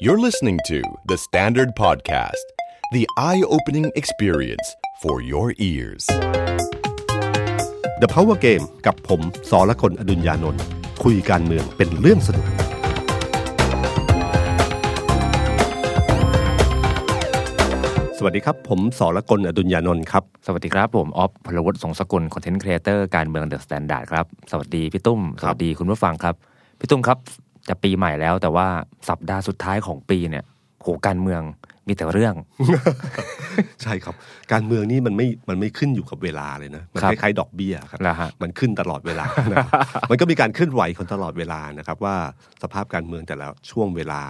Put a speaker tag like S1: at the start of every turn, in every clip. S1: You're listening to The Standard Podcast, the eye opening experience for your ears.
S2: The Power Game กับผมสอละคนอดุญญานนท์คุยการเมืองเป็นเรื่องสนุก สวัสดีครับ ผมสอละกลอดุญญานนท์ครับ
S3: สวัสดีครับ ผมออฟพลวัตสงสกุลคอนเทนต์ครีเอเตอร์การเมืองเดอะสแตนดาร์ดครับ สวัสดีพี่ตุ้ม สวัสดีคุณผู้ฟังครับ พี่ตุ้มครับ จะปีใหม่แล้วแต่ว่าสัปดาห์สุดท้ายของปีเนี่ยโหการเมืองมีแต่เรื่อง
S2: ใช่ครับ การเมืองนี่มันไม่มันไม่ขึ้นอยู่กับเวลาเลยนะ มัน
S3: ครั
S2: ค
S3: บ
S2: ล้ายๆดอกเบี้ยครับ
S3: เหรอฮะ
S2: มันขึ้นตลอดเวลานะครับ มันก็มีการเคลื่อนไหวของตลอดเวลานะครับ ว่าสภาพการเมืองแต่ละช่วงเวลา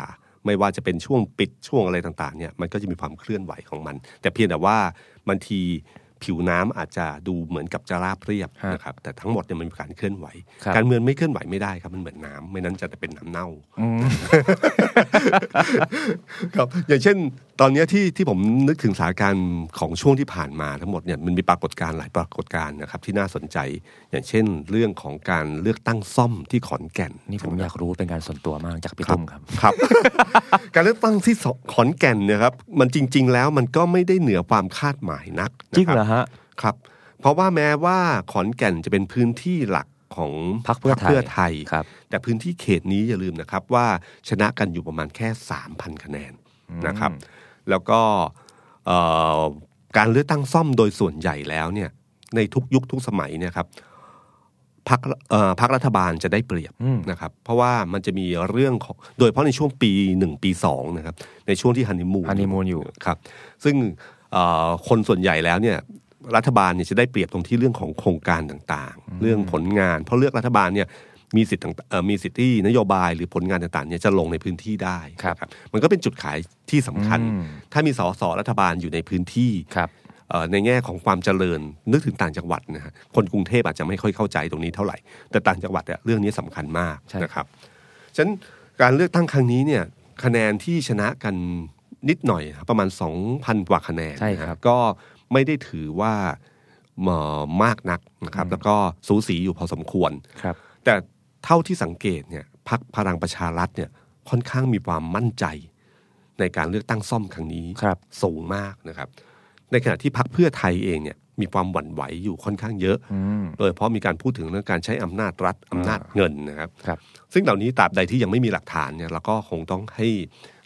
S2: ไม่ว่าจะเป็นช่วงปิดช่วงอะไรต่างๆเนี่ยมันก็จะมีความเคลื่อนไหวของมัน แต่เพียงแต่ว่าบางทีผิวน้ำอาจจะดูเหมือนกับจะราบเรียบ
S3: ฮะ
S2: นะครับแต่ทั้งหมดเนี่ยมันมีการเคลื่อนไหว
S3: ครับ
S2: การเมืองไม่เคลื่อนไหวไม่ได้ครับมันเหมือนน้ำไม่นั้นจะเป็นน้ำเน่า
S3: อืม
S2: ครับอย่างเช่น ตอนเนี้ยที่ที่ผมนึกถึงสถานการณ์ของช่วงที่ผ่านมาทั้งหมดเนี่ยมันมีปรากฏการณ์หลายปรากฏการณ์นะครับที่น่าสนใจ อย่างเช่น เรื่องของการเลือกตั้งซ่อมที่ขอนแก่น
S3: นี่ผมอยากรู้เป็นการส่วนตัวมากจากพี่ตุ้มครับ
S2: ครับ การเลือกตั้งที่สขอนแก่นเนะครับมันจริง ๆ แล้วมันก็ไม่ได้เหนือความคาดหมายนักนะคบ
S3: จริงเหรอฮะ
S2: ครับ เพราะว่าแม้ว่าขอนแก่นจะเป็นพื้นที่หลักของ
S3: พรรคเพื่อไทย
S2: พรรคไทย
S3: ครับ
S2: แต่พื้นที่เขตนี้อย่าลืมนะครับว่าชนะกันอยู่ประมาณแค่ 3,000 คะแนนนะครับ แล้วก็เอ่อการเลือกตั้งซ่อมโดยส่วนใหญ่แล้วเนี่ยในทุกยุคทุกสมัยเนี่ยครับพักพักรัฐบาลจะได้เปรียบ
S3: อืม
S2: นะครับ เพราะว่ามันจะมีเรื่องของโดยเฉพาะในช่วงปีหนึ่งปีสองนะครับในช่วงที่ฮันนีมูน
S3: ฮันนีมูนอยู่
S2: ครับซึ่งเอ่อคนส่วนใหญ่แล้วเนี่ยรัฐบาลเนี่ยจะได้เปรียบตรงที่เรื่องของโครงการต่างๆ เรื่องผลงาน เพราะเลือกรัฐบาลเนี่ยมีสิทธิ์ต่างเอ่อมีสิทธิ์ที่นโยบายหรือผลงานต่างๆเนี่ยจะลงในพื้นที่ได้
S3: ครับ
S2: นะมันก็เป็นจุดขายที่สำคัญ
S3: อืม
S2: ถ้ามีสสรัฐบาลอยู่ในพื้นที่
S3: ครับ
S2: เอ่อในแง่ของความเจริญนึกถึงต่างจังหวัดนะฮะคนกรุงเทพอาจจะไม่ค่อยเข้าใจตรงนี้เท่าไหร่ แต่ต่างจังหวัดเนี่ยเรื่องนี้สำคัญมาก
S3: ใช่
S2: นะครับฉะนั้นการเลือกตั้งครั้งนี้เนี่ยคะแนนที่ชนะกันนิดหน่อยครับประมาณ 2,000 กว่าคะแนน
S3: ใช่ครับ
S2: นะฮะก็ไม่ได้ถือว่าเอ่อมากนักนะครับแล้วก็สูสีอยู่พอสมควร
S3: ครับ
S2: แต่เท่าที่สังเกตเนี่ยพักพลังประชารัฐเนี่ยค่อนข้างมีความมั่นใจ ในการเลือกตั้งซ่อมครั้งนี้
S3: ครับ
S2: สูงมากนะครับ ในขณะที่พักเพื่อไทยเองเนี่ยมีความหวั่นไหวอยู่ค่อนข้างเยอะ
S3: อืม
S2: โดยเฉพาะมีการพูดถึงเรื่องการใช้อำนาจรัฐอำนาจเงินนะครับ
S3: ครับ
S2: ซึ่งเหล่านี้ตราบใดที่ยังไม่มีหลักฐานเนี่ยเราก็คงต้องให้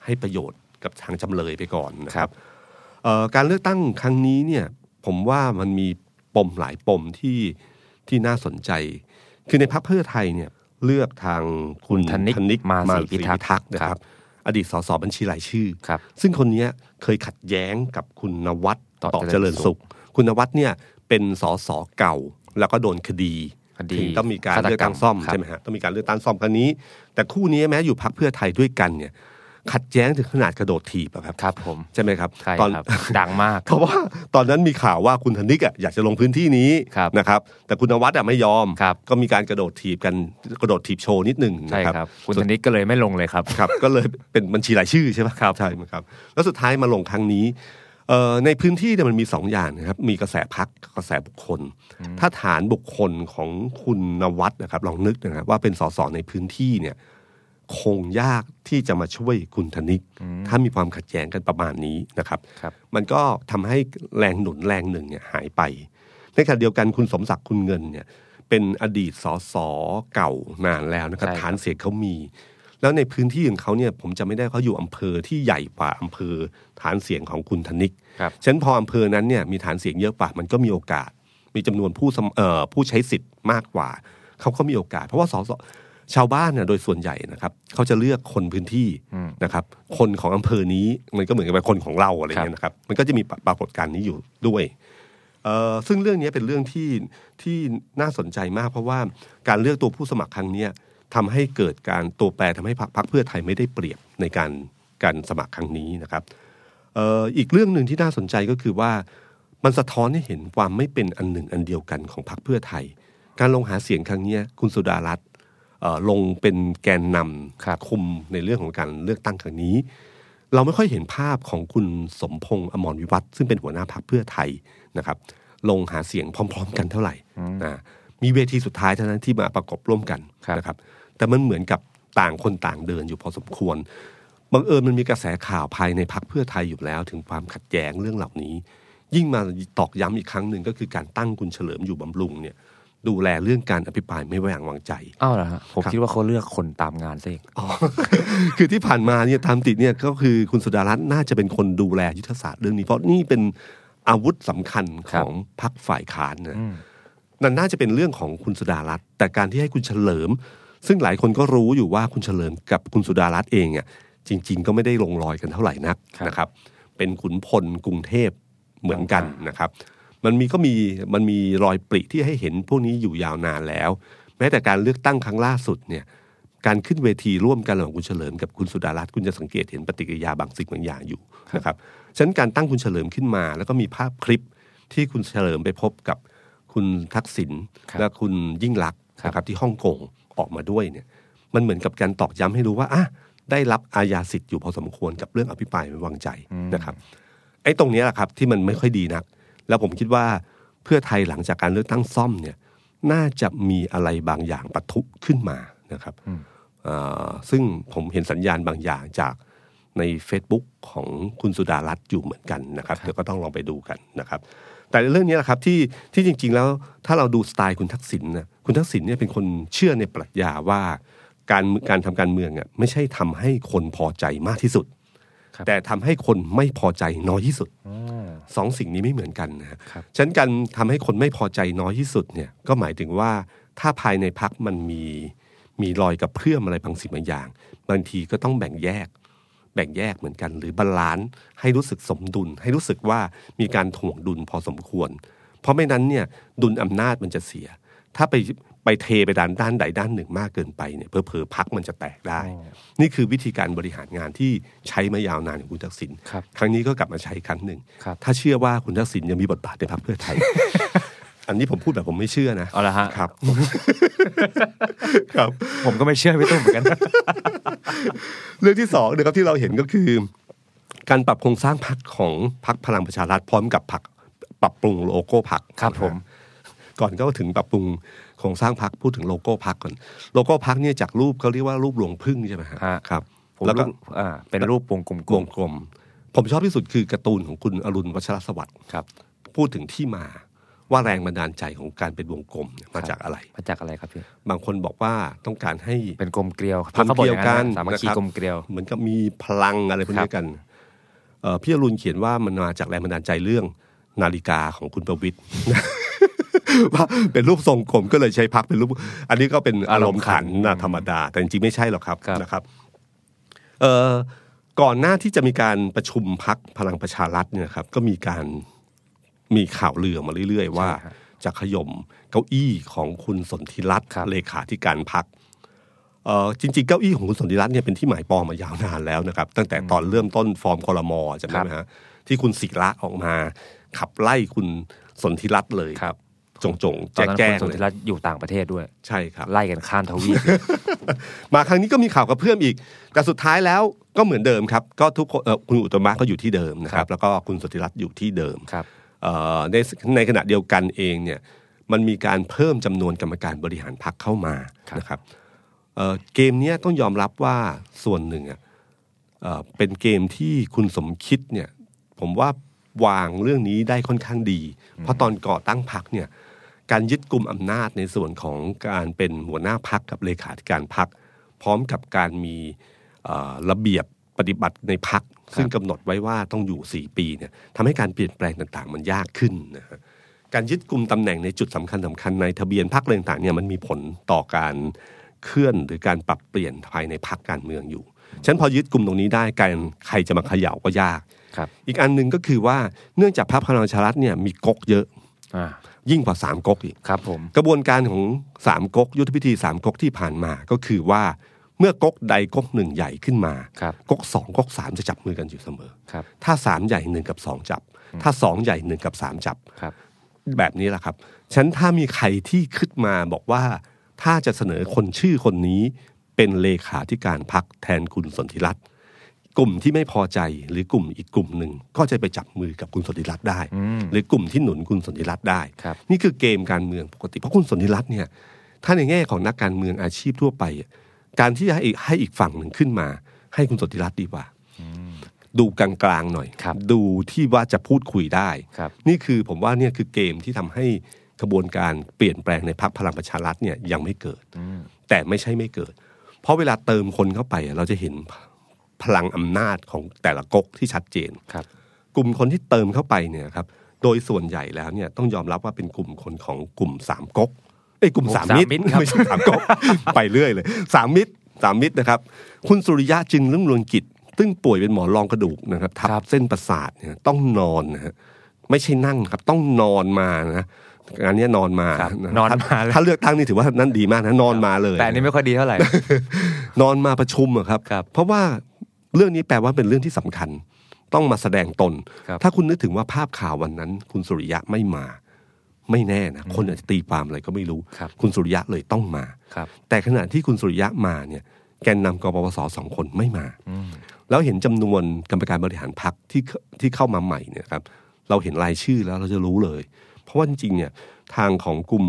S2: ให้ประโยชน์กับทางจำเลยไปก่อนนะครับเอ่อการเลือกตั้งครั้งนี้เนี่ยผมว่ามันมีปมหลายปมที่ที่น่าสนใจ คือในพรรคเพื่อไทยเนี่ยเลือกทางคุณ
S3: ธนิกมาศรีพิทักษ์
S2: นะค
S3: ครั
S2: รับ
S3: บ
S2: อดีตสสบัญชีรายชื่อ
S3: ครับ
S2: ซึ่งคนเนี้ยเคยขัดแย้งกับคุณนวัด
S3: ต่อ
S2: ต่อ
S3: เจริญ
S2: เจริญสุข คุณนวัดเนี่ยเป็นสสเก่าแล้วก็โดนคดี
S3: คดี
S2: ถึงต้องมีการ
S3: ฆาตกรรม
S2: เลือกตั้งซ่อม
S3: ครับ
S2: ใช่ไหมฮะต้องมีการเลือกตั้งซ่อมครั้งนี้ แต่คู่นี้แม้อยู่พักเพื่อไทยด้วยกันเนี่ย ขัดแย้งถึงขนาดกระโดดถีบอะครับ
S3: ครับผม
S2: ใช่ไหมครับ
S3: ใช่
S2: ตอน
S3: ครับ ดังม าก
S2: เพราะว่าตอนนั้นมีข่าวว่าคุณธนิกอะอยากจะลงพื้นที่นี้
S3: ครับ
S2: นะครับ แต่คุณนวัดอะไม่ยอม
S3: ครับ
S2: ก็มีการกระโดดถีบกันกระโดดถีบโชว์นิดหนึ่ง
S3: ใช่
S2: นะครับ
S3: ครับ คุณธนิกก็เลยไม่ลงเลยครับ
S2: ครับก็เลยเป็นบัญชีรายชื่อใช่ไหมครับใช่ครับ แล้วสุดท้ายมาลงครั้งนี้เอ่อในพื้นที่เนี่ยมันมีสองอย่างนะครับ มีกระแสพักกระแสบุคคล ถ้าฐานบุคคลของคุณนวัดนะครับ ลองนึกนะครับว่าเป็นสสในพื้นที่เนี่ยคงยากที่จะมาช่วยคุณธนิก ถ้ามีความขัดแย้งกันประมาณนี้นะครับ
S3: ครับ
S2: มันก็ทำให้แรงหนุนแรงหนึ่งเนี่ยหายไป ในขณะเดียวกันคุณสมศักดิ์คุณเงินเนี่ยเป็นอดีตสสเก่านานแล้วนะครับ
S3: ใช่ครับ
S2: ฐานเสียงเขามี แล้วในพื้นที่ของเขาเนี่ยผมจะไม่ได้เขาอยู่อำเภอที่ใหญ่กว่าอำเภอฐานเสียงของคุณธนิก
S3: ครับ
S2: ฉะนันพออำเภอนั้นเนี่ยมีฐานเสียงเยอะกว่ามันก็มีโอกาส มีจำนวนผู้สมเอ่อผู้ใช้สิทธิ์มากกว่า เขาก็มีโอกาส เพราะว่าสสชาวบ้านเนี่ยโดยส่วนใหญ่นะครับ เขาจะเลือกคนพื้นที่
S3: อืม
S2: นะครับ คนของอำเภอนี้มันก็เหมือนกับเป็นคนของเราอะไรเงี้ยนะครับ มันก็จะมีปรากฏการณ์นี้อยู่ด้วยเอ่อซึ่งเรื่องนี้เป็นเรื่องที่ที่น่าสนใจมาก เพราะว่าการเลือกตัวผู้สมัครครั้งเนี้ยทำให้เกิดการตัวแปรทำให้พรรคพรรคเพื่อไทยไม่ได้เปรียบในการการสมัครครั้งนี้นะครับ เอ่ออีกเรื่องหนึ่งที่น่าสนใจก็คือว่ามันสะท้อนให้เห็นความไม่เป็นอันหนึ่งอันเดียวกันของพรรคเพื่อไทย การลงหาเสียงครั้งเนี้ยคุณสุดารัตน์เอ่อลงเป็นแกนน
S3: ครับ
S2: ำคุมในเรื่องของการเลือกตั้งครั้งนี้ เราไม่ค่อยเห็นภาพของคุณสมพงษ์อมรวิวัฒน์ซึ่งเป็นหัวหน้าพรรคเพื่อไทยนะครับ ลงหาเสียงพร้อม ๆ กันเท่าไหร่อ่ามีเวทีสุดท้ายเท่านั้นที่มาประกบร่วมกัน
S3: ครับ
S2: นะครับ แต่มันเหมือนกับต่างคนต่างเดินอยู่พอสมควร บังเอิญมันมีกระแสข่าวภายในพักเพื่อไทยอยู่แล้ว ถึงความขัดแย้งเรื่องเหล่านี้ ยิ่งมาตอกย้ำอีกครั้งหนึ่งก็คือการตั้งคุณเฉลิมอยู่บำรุงเนี่ย ดูแลเรื่องการอภิปรายไม่ไว้วางใจ
S3: อ้าวเหรอฮะผม
S2: ครับ
S3: คิดว่าเขาเลือกคนตามงานซะเอง
S2: อ๋อ คือที่ผ่านมาเนี่ยตามติดเนี่ยก็คือคุณสุดารัตน์น่าจะเป็นคนดูแลยุทธศาสตร์เรื่องนี้ เพราะนี่เป็นอาวุธสำคัญของพรรคฝ่ายค้านนะ
S3: อืม
S2: นั่นน่าจะเป็นเรื่องของคุณสุดารัตน์แต่การที่ให้คุณเฉลิม ซึ่งหลายคนก็รู้อยู่ว่าคุณเฉลิมกับคุณสุดารัตน์เองอ่ะจริง ๆ ก็ไม่ได้ลงรอยกันเท่าไหร่นัก
S3: ครับ
S2: นะครับ เป็นขุนพลกรุงเทพเหมือนกันนะครับ มันมีก็มีมันมีรอยปริที่ให้เห็นพวกนี้อยู่ยาวนานแล้ว แม้แต่การเลือกตั้งครั้งล่าสุดเนี่ย การขึ้นเวทีร่วมกันระหว่างคุณเฉลิมกับคุณสุดารัตน์คุณจะสังเกตเห็นปฏิกิริยาบางสิ่งบางอย่างอยู่นะครับ ฉะนั้นการตั้งคุณเฉลิมขึ้นมา แล้วก็มีภาพคลิปที่คุณเฉลิมไปพบกับคุณทักษิณ
S3: ครับ
S2: และคุณยิ่งลักษณ์
S3: ครับ
S2: นะครับที่ฮ่องกงออกมาด้วยเนี่ยมันเหมือนกับการตอกย้ำให้รู้ว่าอ่ะได้รับอาญาสิทธิ์อยู่พอสมควรกับเรื่องอภิปรายไม่วางใจนะครับ ไอ้ตรงเนี้ยแหละครับที่มันไม่ค่อยดีนัก แล้วผมคิดว่าเพื่อไทยหลังจากการเลือกตั้งซ่อมเนี่ยน่าจะมีอะไรบางอย่างปะทุขึ้นมานะครับเอ่อซึ่งผมเห็นสัญญาณบางอย่างจากใน Facebook ของคุณสุดารัตน์อยู่เหมือนกันนะครับเดี๋ยวก็ต้องลองไปดูกันนะครับ แต่เรื่องเนี้ยแหละครับที่ที่จริง ๆ แล้วถ้าเราดูสไตล์คุณทักษิณนะคุณทักษิณเนี่ยเป็นคนเชื่อในปรัชญาว่าการการทำการเมืองอ่ะไม่ใช่ทำให้คนพอใจมากที่สุด
S3: ครับ
S2: แต่ทำให้คนไม่พอใจน้อยที่สุด
S3: อืม
S2: สองสิ่งนี้ไม่เหมือนกันนะฮะ
S3: ครับ
S2: ฉะนั้นการทำให้คนไม่พอใจน้อยที่สุดเนี่ยก็หมายถึงว่าถ้าภายในพักมันมีมีรอยกับเพื่อมอะไรบางสิ่งบางอย่าง บางทีก็ต้องแบ่งแยก แบ่งแยกเหมือนกัน หรือบาลานซ์ให้รู้สึกสมดุล ให้รู้สึกว่ามีการถ่วงดุลพอสมควร เพราะไม่นั้นเนี่ยดุลอำนาจมันจะเสีย ถ้าไปไปเทไปด้านด้านใดด้านหนึ่งมากเกินไปเนี่ยเผลอๆพักมันจะแตกได้ นี่คือวิธีการบริหารงานที่ใช้มายาวนานของคุณทักษิณ
S3: ครับ
S2: ครั้งนี้ก็กลับมาใช้อีกครั้งหนึ่ง
S3: ครับ
S2: ถ้าเชื่อว่าคุณทักษิณยังมีบทบาทในพรรคเพื่อไทย อันนี้ผมพูดแบบผมไม่เชื่อนะ
S3: เอาละฮะ
S2: ครับ ครับ
S3: ผมก็ไม่เชื่อพี่ตุ้มเหมือนกัน
S2: เรื่องที่สองนะครับที่เราเห็นก็คือ การปรับโครงสร้างพรรคของพรรคพลังประชารัฐพร้อมกับพรรคปรับปรุงโลโก้พรรค
S3: ครับผม
S2: ก่อนก็ถึงปรับปรุงโครงสร้างพรรคพูดถึงโลโก้พรรคก่อน โลโก้พรรคเนี่ยจากรูปเขาเรียกว่ารูปหลวงพึ่งใช่ไหมฮะ
S3: ฮะ
S2: ครับ
S3: ผม
S2: แล้วก็
S3: รูปอ่าเป็นรูปวงกลม
S2: วงกลมผมชอบที่สุดคือการ์ตูนของคุณอรุณวัชรสวัสดิ์
S3: ครับ
S2: พูดถึงที่มาว่าแรงบันดาลใจของการเป็นวงกลมเนี่ยมาจากอะไร
S3: มาจากอะไรครับพี่
S2: บางคนบอกว่าต้องการให้
S3: เป็นกลมเกลียว
S2: กลมเกลียว
S3: พระขาบอ
S2: กัน
S3: อาสามัคคี
S2: นะครับ
S3: กลมเกลียว
S2: เหมือนกับมีพลังอะไรพวกนี้กันเอ่อพี่อรุณเขียนว่ามันมาจากแรงบันดาลใจเรื่องนาฬิกาของคุณประวิตร ว่าเป็นรูปทรงกลมก็เลยใช้พักเป็นรูป อันนี้ก็เป็นอารมณ์ขันนะธรรมดา แต่จริงๆไม่ใช่หรอกครับ
S3: ครับ
S2: นะครับเอ่อก่อนหน้าที่จะมีการประชุมพักพลังประชารัฐเนี่ยนะครับ ก็มีการมีข่าวลือออกมาเรื่อย ๆ ว่า จะขย่มเก้าอี้ของคุณสนธิรัตน์
S3: ครับ
S2: เลขาธิการพัก เออจริงๆ เก้าอี้ของคุณสนธิรัตน์เนี่ยเป็นที่หมายปองมายาวนานแล้วนะครับ ตั้งแต่ตอนเริ่มต้นฟอร์มคอรมอจำได้ไหมฮะที่คุณศิระออกมา ขับไล่คุณสนธิรัตน์เลย
S3: ครับ
S2: จงจงๆ
S3: ตอ
S2: แจ้
S3: น
S2: ง
S3: นั้
S2: แจ้ง
S3: นคุณสุทธิ
S2: เลย
S3: รัตน์อยู่ต่างประเทศด้วย
S2: ใช่ครับ
S3: ไล่กันข้ามทวีป
S2: มาครั้งนี้ก็มีข่าวกระเพื่อมอีก แต่สุดท้ายแล้วก็เหมือนเดิมครับ ก็ทุกคนเอ่อคุณอุตมะก็อยู่ที่เดิมนะค
S3: ครั
S2: รับ
S3: บ
S2: แล้วก็คุณสนธิรัตน์อยู่ที่เดิม
S3: ครับ
S2: เอ่อในในขณะเดียวกันเองเนี่ยมันมีการเพิ่มจำนวนกรรมการบริหารพรรคเข้ามา
S3: ครับ
S2: นะครับเอ่อเกมเนี้ยต้องยอมรับว่าส่วนหนึ่งอะเอ่อเป็นเกมที่คุณสมคิดเนี่ยผมว่าวางเรื่องนี้ได้ค่อนข้างดี เพราะตอนก่อตั้งพรรคเนี่ยการยึดกลุ่มอำนาจในส่วนของการเป็นหัวหน้าพักกับเลขาธิการพัก พร้อมกับการมีเอ่อระเบียบปฏิบัติในพัก ซึ่งกำหนดไว้ว่าต้องอยู่ 4 ปีเนี่ยทำให้การเปลี่ยนแปลงต่างๆ มันยากขึ้นนะฮะการยึดกลุ่มตำแหน่งในจุดสำคัญสคัญๆในทะเบียนพักเรื่องต่างๆเนี่ยมันมีผลต่อการเคลื่อนหรือการปรับเปลี่ยนภายในพักการเมืองอยู่ฉะนันพอยึดกลุ่มตรงนี้ได้การใครจะมาเขย่าก็ยาก
S3: ครับ
S2: อีกอันหนึ่งก็คือว่าเนื่องจากพรรคพลังประชารัฐเนี่ยมีก๊กเยอะ
S3: อ่า
S2: ยิ่งกว่าสามก๊กอีก
S3: ครับผม
S2: กระบวนการของสามก๊กยุทธพิธีสามก๊กที่ผ่านมาก็คือว่าเมื่อก๊กใดก๊กหนึ่งใหญ่ขึ้นมา
S3: ครับ
S2: ก๊กสองก๊กสามจะจับมือกันอยู่เสมอ
S3: ครับ
S2: ถ้าสามใหญ่หนึ่งกับสองจับ ถ้าสองใหญ่หนึ่งกับสามจับ
S3: ครับ
S2: แบบนี้แหละครับฉันถ้ามีใครที่ขึ้นมาบอกว่าถ้าจะเสนอคนชื่อคนนี้เป็นเลขาธิการพักแทนคุณสนธิรัตน์กลุ่มที่ไม่พอใจหรือกลุ่มอีกกลุ่มหนึ่งก็จะไปจับมือกับคุณสนธิรัตน์ได้
S3: อืม
S2: หรือกลุ่มที่หนุนคุณสนธิรัตน์ได้
S3: ครับ
S2: นี่คือเกมการเมืองปกติ เพราะคุณสนธิรัตน์เนี่ยถ้าในแง่ของนักการเมืองอาชีพทั่วไปอะการที่จะให้อีกให้อีกฝั่งหนึ่งขึ้นมา ให้คุณสนธิรัตน์ดีกว่า ดูกลางๆหน่อย
S3: ครับ
S2: ดูที่ว่าจะพูดคุยได้
S3: ครับ
S2: นี่คือผมว่าเนี่ยคือเกมที่ทำให้ขบวนการเปลี่ยนแปลงในพรรคพลังประชารัฐเนี่ยยังไม่เกิด
S3: อืม
S2: แต่ไม่ใช่ไม่เกิด เพราะเวลาเติมคนเข้าไปอะเราจะเห็นพลังอำนาจของแต่ละก๊กที่ชัดเจน
S3: ครับ
S2: กลุ่มคนที่เติมเข้าไปเนี่ยครับ โดยส่วนใหญ่แล้วเนี่ยต้องยอมรับว่าเป็นกลุ่มคนของกลุ่มสามก๊กเอ้ยกลุ่มสามมิตรไม่ใช่สามก๊ก ไปเรื่อยเลยสามมิตรสามมิตรนะครับ คุณสุริยะจึงรุ่งเรืองกิจ ซึ่งป่วยเป็นหมอรองกระดูกนะครับทับเส้นประสาทเนี่ยต้องนอนนะฮะไม่ใช่นั่งครับต้องนอนมานะงานเนี้ยนอนมา
S3: ครับ
S2: ะ
S3: นอนมาเลย
S2: ถ้าเลือกตั้งนี่ถือว่านั่นดีมากนะนอนมาเลย
S3: แต่อันนี้ไม่ค่อยดีเท่าไหร่
S2: นอนมาประชุมอะครับ
S3: ครับ
S2: เพราะว่าเรื่องนี้แปลว่าเป็นเรื่องที่สำคัญ ต้องมาแสดงตน
S3: ครับ
S2: ถ้าคุณนึกถึงว่าภาพข่าววันนั้น คุณสุริยะไม่มา ไม่แน่นะคนอาจจะตีความอะไรก็ไม่รู้
S3: ครับ
S2: คุณสุริยะเลยต้องมา
S3: ครับ
S2: แต่ขณะที่คุณสุริยะมาเนี่ยแกนนำกปปสสองคนไม่มา
S3: อืม
S2: แล้วเห็นจำนวนกรรมการบริหารพรรคที่เข้าที่เข้ามาใหม่เนี่ยครับ เราเห็นรายชื่อแล้วเราจะรู้เลย เพราะว่าจริงๆเนี่ยทางของกลุ่ม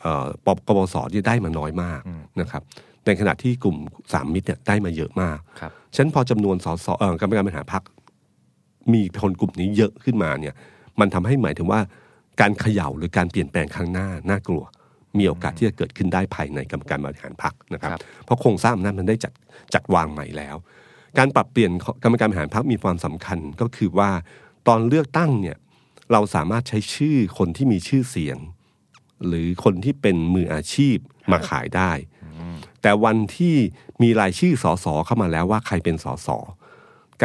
S2: เอ่อปปกบสเนี่ยได้มาน้อยมากนะครับ ในขณะที่กลุ่มสามมิตรเนี่ยได้มาเยอะมาก
S3: ครับ
S2: ฉะนันพอจำนวนสสเอ่อกรรมการบริหารพรรคมีคนกลุ่มนี้เยอะขึ้นมาเนี่ย มันทำให้หมายถึงว่าการเขย่าหรือการเปลี่ยนแปลงครั้งหน้าน่ากลัว มีโอกาสที่จะเกิดขึ้นได้ภายในกรรมการบริหารพรรคนะครับ เพราะโครงสร้างอำนั้นมันได้จัดจัดวางใหม่แล้ว การปรับเปลี่ยนกรรมการบริหารพรรคมีความสำคัญก็คือว่าตอนเลือกตั้งเนี่ยเราสามารถใช้ชื่อคนที่มีชื่อเสียง หรือคนที่เป็นมืออาชีพมาขายได้ แต่วันที่มีรายชื่อสอสอเข้ามาแล้วว่าใครเป็นสอสอ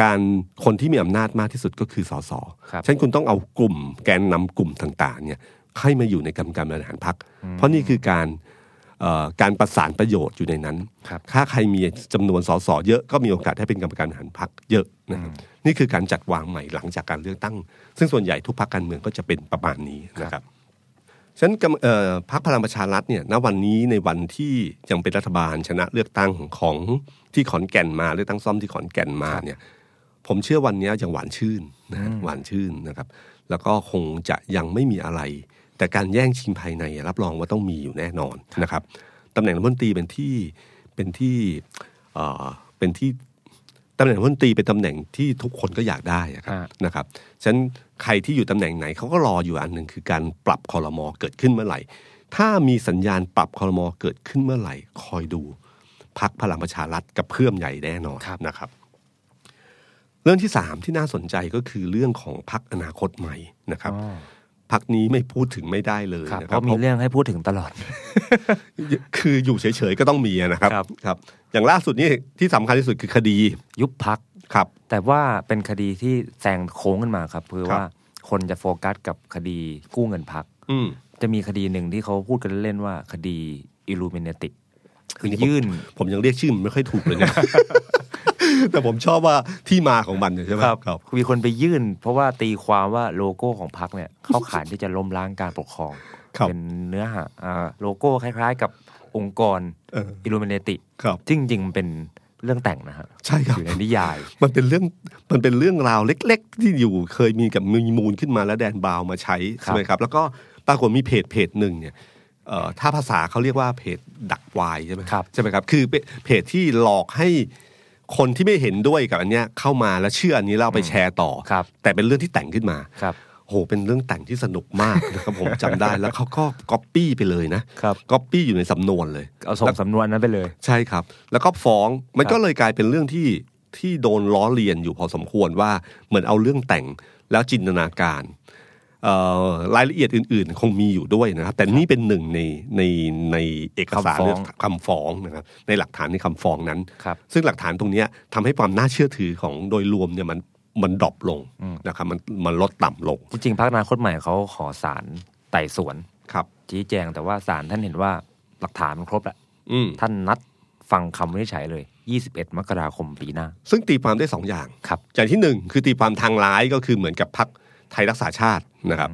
S2: การคนที่มีอำนาจมากที่สุดก็คือสอสอ
S3: ครับ
S2: ฉะนันคุณต้องเอากลุ่มแกนนำกลุ่มต่างๆเนี่ยให้มาอยู่ในกรรมการบริหารพรรคเพราะนี่คือการเอ่อการประสานประโยชน์อยู่ในนั้น
S3: ครับ
S2: ถ้าใครมีจำนวนสสเยอะก็มีโอกาสได้เป็นกรรมการบริหารพรรคเยอะนะครับนี่คือการจัดวางใหม่หลังจากการเลือกตั้ง ซึ่งส่วนใหญ่ทุกพรรคการเมืองก็จะเป็นประมาณนี้นะครับฉะนั้นกรรมเอ่อพรรคพลังประชารัฐเนี่ยณวันนี้ในวันที่ยังเป็นรัฐบาลชนะเลือกตั้งของที่ขอนแก่นมาเลือกตั้งซ่อมที่ขอนแก่นมาเนี่ย ผมเชื่อวันนี้ยังหวานชื่นนะฮะหวานชื่นนะครับ แล้วก็คงจะยังไม่มีอะไร แต่การแย่งชิงภายในรับรองว่าต้องมีอยู่แน่นอนนะครับตำแหน่งรัฐมนตรีเป็นที่เป็นที่เอ่อเป็นที่ตำแหน่งรัฐมนตรีเป็นตำแหน่งที่ทุกคนก็อยากได้อะครับ
S3: อ่า
S2: นะครับฉะนั้นใครที่อยู่ตำแหน่งไหนเขาก็รออยู่อันหนึ่งคือการปรับคอรมอเกิดขึ้นเมื่อไหร่ ถ้ามีสัญญาณปรับคอรมอเกิดขึ้นเมื่อไหร่ คอยดูพักพลังประชารัฐกับเพื่อมใหญ่แน่นอนนะครับ เรื่องที่สามที่น่าสนใจก็คือเรื่องของพักอนาคตใหม่นะครับ
S3: อ๋อ
S2: พักนี้ไม่พูดถึงไม่ได้เลย
S3: ครับ
S2: นะ
S3: เพ
S2: ครับ
S3: ราะมีเรื่องให้พูดถึงตลอด
S2: คืออยู่เฉยๆก็ต้องมีอะนะครับ
S3: ครับ
S2: ครับ อย่างล่าสุดนี่ที่สำคัญที่สุดคือคดี
S3: ยุบพัก
S2: ครับ
S3: แต่ว่าเป็นคดีที่แซงโค้งขึ้นมาครับเพื่อว่าคนจะโฟกัสกับคดีกู้เงินพัก
S2: อืม
S3: จะมีคดีหนึ่งที่เขาพูดกันเล่นๆว่าคดีอิลูเมเนติกคือ
S2: นี่
S3: ยื่น
S2: ผมยังเรียกชื่อมันไม่ค่อยถูกเลยเนี่ย แต่ผมชอบว่าที่มาของมันเนี่ยใช่ไหม
S3: ครับ
S2: ครับ
S3: มีคนไปยื่น เพราะว่าตีความว่าโลโก้ของพรรคเนี่ย เข้าข่ายที่จะล้มล้างการปกครอง
S2: ครับ
S3: เป็นเนื้อหาอ่าโลโก้คล้ายๆ กับองค์กร
S2: เออ
S3: อิลูเมเนติ
S2: ครับ
S3: จริงๆมันเป็นเรื่องแต่งนะฮะ
S2: ใช่ครั
S3: อบ ยู่ในนิยาย
S2: มันเป็นเรื่องมันเป็นเรื่องราวเล็ก ๆ ที่อยู่เคยมีกับมีมูลขึ้นมาแล้วแดนบราวน์มาใช้
S3: ครับ
S2: ใช่ไหมครับ แล้วก็ปรากฏมีเพจเพจหนึ่งเนี่ยเอ่อถ้าภาษาเขาเรียกว่าเพจดักวายใช่ไหมใช่ไหมครับ คือเป็นเพจที่หลอกให้คนที่ไม่เห็นด้วยกับอันเนี้ยเข้ามาแล้วเชื่ออันนี้แล้วเอาไปแชร์ต่อ
S3: ครับ
S2: แต่เป็นเรื่องที่แต่งขึ้นมา
S3: ครับ
S2: โห เป็นเรื่องแต่งที่สนุกมากนะครับ ผมจำได้แล้วเขาก็ก๊อปปี้ไปเลยนะครับ ก๊อปปี้อยู่ในสำนวนเลย
S3: เอาส่งสำนวนนั้นไปเลย
S2: ใช่ครับ แล้วก็ฟ้องมัน
S3: ครับ
S2: ก็เลยกลายเป็นเรื่องที่ที่โดนล้อเลียนอยู่พอสมควรว่าเหมือนเอาเรื่องแต่งแล้วจินตนาการเอ่อรายละเอียดอื่นๆ คงมีอยู่ด้วยนะครับ แต่นี่เป็นหนึ่งในในในเอกสาร
S3: คำฟ้อง
S2: หรือคำฟ้องนะครับในหลักฐานในคำฟ้องนั้น
S3: ครับ
S2: ซึ่งหลักฐานตรงเนี้ยทำให้ความน่าเชื่อถือของโดยรวมเนี่ยมันมันดรอปลงนะครับมันมันลดต่ำลง
S3: จริงๆพรรคอนาคตใหม่เขาขอศาลไต่สวน
S2: ครับ
S3: ชี้แจงแต่ว่าศาลท่านเห็นว่าหลักฐานมันครบแล้ว
S2: อืม
S3: ท่านนัดฟังคำวินิจฉัยเลย 21 มกราคมปีหน้า
S2: ซึ่งตีความได้สองอย่าง
S3: ครับ
S2: อย่างที่หนึ่งคือตีความทางร้ายก็คือเหมือนกับพักไทยรักษาชาตินะครับ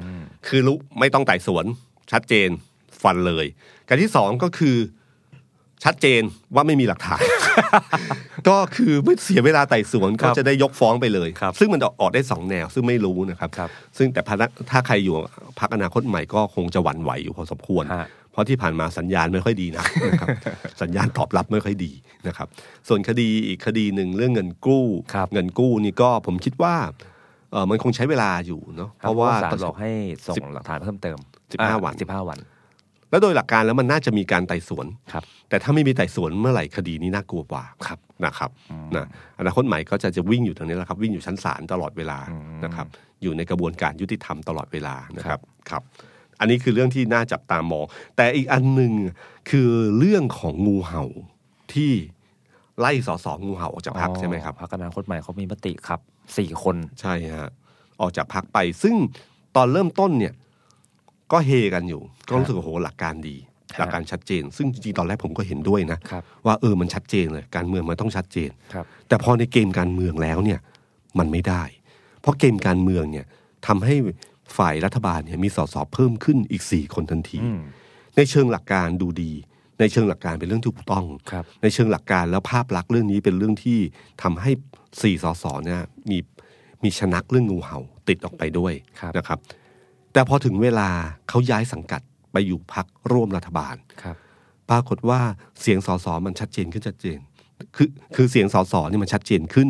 S2: คือรู้ไม่ต้องไต่สวน ชัดเจนฟันเลยการที่สองก็คือชัดเจนว่าไม่มีหลักฐาน ก็คือไม่เสียเวลาไต่สวน
S3: ครั
S2: ก็
S3: บ
S2: จะได้ยกฟ้องไปเลย
S3: ครับ
S2: ซึ่งมันออกได้สองแนว ซึ่งไม่รู้นะครับ
S3: ครับ
S2: ซึ่งแต่พนักถ้าใครอยู่พักอนาคตใหม่ก็คงจะหวั่นไหวอยู่พอสมควร
S3: ฮะ
S2: เพราะที่ผ่านมาสัญญาณไม่ค่อยดีนะ นะครับ สัญญาณตอบรับไม่ค่อยดีนะครับ ส่วนคดีอีกคดีหนึ่งเรื่องเงินกู้
S3: ครับ
S2: เงินกู้นี่ก็ผมคิดว่าเออมันคงใช้เวลาอยู่เนาะ
S3: ค
S2: เพ
S3: บ
S2: ราะว่า
S3: ศลบอกให้ส่งหลักฐานเพิ่มเติม
S2: สิบห้าวัน
S3: สิบห้าวัน
S2: แล้วโดยหลักการแล้วมันน่าจะมีการไต่สวน
S3: ครับ
S2: แต่ถ้าไม่มีไต่สวนเมื่อไหร่คดีนี้น่ากลัวกว่าครับนะครับนะอนาคตใหม่ก็จะจะวิ่งอยู่ตรงนี้แหละครับ วิ่งอยู่ชั้นศาลตลอดเวลานะครับ อยู่ในกระบวนการยุติธรรมตลอดเวลานะครับครับ อันนี้คือเรื่องที่น่าจับตามอง แต่อีกอันหนึ่งคือเรื่องของงูเห่าที่ไล่สสงูเห่าออกจากพัก
S3: อ๋อ
S2: ใช่ไหมครับ
S3: พักอนาคตใหม่เขามีมติครับสี่คน
S2: ใช่ฮะออกจากพักไปซึ่งตอนเริ่มต้นเนี่ย ก็เฮกันอยู่ ก็รู้สึกว่าโหหลักการดี
S3: ครับ
S2: หลักการชัดเจน ซึ่งจริงๆตอนแรกผมก็เห็นด้วยนะ
S3: ครับ
S2: ว่าเออมันชัดเจนเลย การเมืองมันต้องชัดเจน
S3: ครับ
S2: แต่พอในเกมการเมืองแล้วเนี่ย มันไม่ได้ เพราะเกมการเมืองเนี่ยทำให้ฝ่ายรัฐบาลเนี่ยมีสสเพิ่มขึ้นอีกสี่คนทันที
S3: อืม
S2: ในเชิงหลักการดูดี ในเชิงหลักการเป็นเรื่องที่ถูกต้อง
S3: ครับ
S2: ในเชิงหลักการแล้วภาพลักษณ์เรื่องนี้เป็นเรื่องที่ทำให้สี่สสเนี่ยมีมีชนักเรื่องงูเห่าติดออกไปด้วย
S3: ครับ
S2: นะครับ แต่พอถึงเวลาเขาย้ายสังกัดไปอยู่พักร่วมรัฐบาล
S3: ครับ
S2: ปรากฏว่าเสียงสสมันชัดเจนขึ้นชัดเจน คือคือเสียงสสนี่มันชัดเจนขึ้น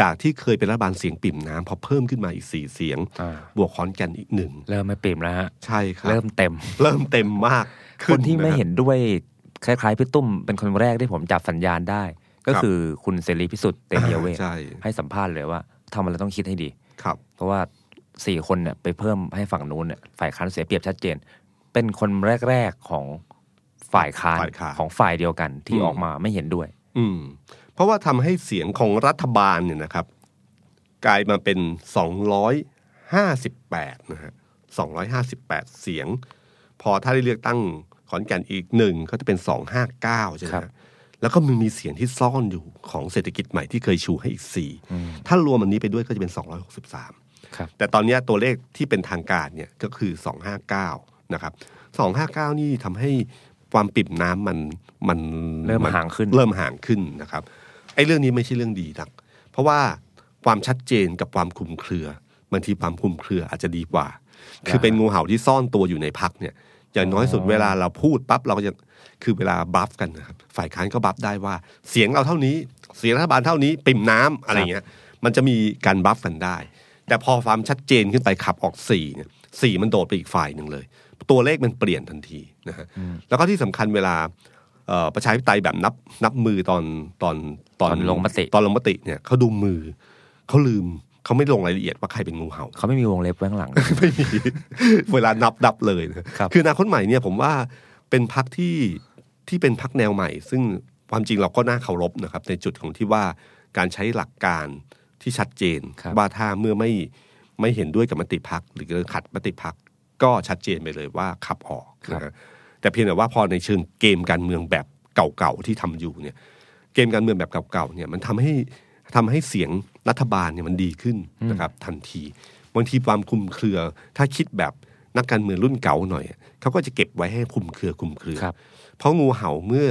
S2: จากที่เคยเป็นรัฐบาลเสียงปิ่มน้ำพอเพิ่มขึ้นมาอีกสี่เสียง
S3: อ่า
S2: บวกขอนแก่นอีกหนึ่ง
S3: เริ่มไม่ปิ่มแล้วฮะ
S2: ใช่ครับ
S3: เริ่มเต็ม
S2: เริ่มเต็มมาก
S3: ค
S2: ขึ้
S3: นที่ไม่
S2: ะ
S3: เห็นด้วยคล้ายๆพี่ตุ้มเป็นคนแรกที่ผมจับสัญญาณได้ ก็
S2: ครับ
S3: คือคุณเสรีพิสุทธิ์เตมียเวท
S2: ใช่
S3: ให้สัมภาษณ์เลยว่าทำอะไรต้องคิดให้ดี
S2: ครับ
S3: เพราะว่าสี่คนเนี่ยไปเพิ่มให้ฝั่งนู้นเนี่ยฝ่ายค้านเสียเปรียบชัดเจน เป็นคนแรกๆของฝ่ายค้าน
S2: ฝ่ายค้าน
S3: ของฝ่ายเดียวกันที่
S2: อืม
S3: ออกมาไม่เห็นด้วย
S2: อืมเพราะว่าทำให้เสียงของรัฐบาลเนี่ยนะครับ กลายมาเป็นสองร้อยห้าสิบแปดนะฮะสองร้อยห้าสิบแปดเสียง พอถ้าได้เลือกตั้งขอนแก่นอีกหนึ่งก็จะเป็นสองห้าเก้าใช่ไหม
S3: ครั
S2: ฮะ
S3: บ
S2: แล้วก็มันมีเสียงที่ซ่อนอยู่ของเศรษฐกิจใหม่ที่เคยชูให้อีกสี่ถ้ารวมอันนี้ไปด้วยก็จะเป็นสองร้อยหกสิบสาม
S3: ครับ
S2: แต่ตอนเนี้ยตัวเลขที่เป็นทางการเนี่ยก็คือ 259 นะครับ 259 นี่ทำให้ความปิ่มน้ำมันมัน
S3: เริ่มห่างขึ้น
S2: เริ่มห่างขึ้นนะครับไอ้เรื่องนี้ไม่ใช่เรื่องดีนัก เพราะว่าความชัดเจนกับความคลุมเครือบางทีความคลุมเครืออาจจะดีกว่า คือเป็นงูเห่าที่ซ่อนตัวอยู่ในพักเนี่ย อย่างน้อยสุดเวลาเราพูดปั๊บเราก็จะคือเวลาบัฟกันนะครับฝ่ายค้านก็บัฟได้ว่า เสียงเราเท่านี้ เสียงรัฐบาลเท่านี้ ปิ่มน้ำอะไรอย่างเงี้ย มันจะมีการบัฟกันได้ แต่พอความชัดเจนขึ้นไปขับออกสี่เนี่ยสี่มันโดดไปอีกฝ่ายหนึ่งเลย ตัวเลขมันเปลี่ยนทันทีนะฮะแล้วก็ที่สำคัญเวลาเอ่อประชาธิปไตยแบบนับนับมือตอนตอน
S3: ตอนลงมติ
S2: ตอนลงมติเนี่ยเขาดูมือเขาลืมเขาไม่ลงรายละเอียดว่าใครเป็นงูเห่า
S3: เขาไม่มีวงเล็บไว้ข้างหลัง
S2: ไม่มี เวลานับนับเลยนะครับ คืออนาคตใหม่เนี่ยผมว่าเป็นพักที่ที่เป็นพักแนวใหม่ ซึ่งความจริงเราก็น่าเคารพนะครับ ในจุดของที่ว่าการใช้หลักการที่ชัดเจน
S3: ครับ
S2: ว่าถ้าเมื่อไม่ไม่เห็นด้วยกับมติพักหรือขัดมติพักก็ชัดเจนไปเลยว่าขับออกนะฮะแต่เพียงแต่ว่าพอในเชิงเกมการเมืองแบบเก่าๆที่ทำอยู่เนี่ย เกมการเมืองแบบเก่าๆเนี่ยมันทำให้ทำให้เสียงรัฐบาลเนี่ยมันดีขึ้นนะครับทันทีบางทีความคลุมเครือ ถ้าคิดแบบนักการเมืองรุ่นเก่าหน่อยเขาก็จะเก็บไว้ให้คลุมเครือคลุมเครือ
S3: ครับ
S2: เพราะงูเห่าเมื่อ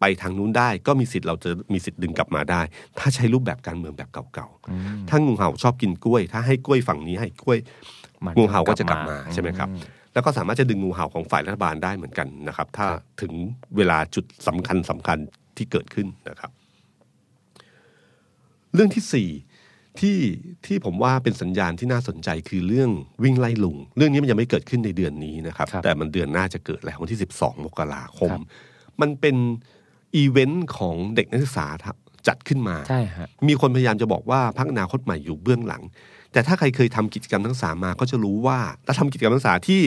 S2: ไปทางนู้นได้ ก็มีสิทธิ์เราจะมีสิทธิ์ดึงกลับมาได้ ถ้าใช้รูปแบบการเมืองแบบเก่าๆถ้างูเห่าชอบกินกล้วย ถ้าให้กล้วยฝั่งนี้ให้กล้วย
S3: มัน
S2: งูเห่าก็จะกลับมา
S3: อื
S2: ใช่ไหมครับ แล้วก็สามารถจะดึงงูเห่าของฝ่ายรัฐบาลได้เหมือนกันนะครับ ถ้า
S3: ครับ
S2: ถึงเวลาจุดสำคัญสำคัญที่เกิดขึ้นนะครับ เรื่องที่สี่ที่ที่ผมว่าเป็นสัญญาณที่น่าสนใจคือเรื่องวิ่งไล่ลุง เรื่องนี้มันยังไม่เกิดขึ้นในเดือนนี้นะครับ
S3: ครับ
S2: แต่มันเดือนหน้าจะเกิดแล้ววันที่ 12 มกราคม
S3: ครับ
S2: มันเป็นอีเวนต์ของเด็กนักศึกษาจัดขึ้นมา
S3: ใช่ฮะ
S2: มีคนพยายามจะบอกว่าพักอนาคตใหม่อยู่เบื้องหลัง แต่ถ้าใครเคยทำกิจกรรมทั้งสามมาก็จะรู้ว่าถ้าทำกิจกรรมทั้งสามที่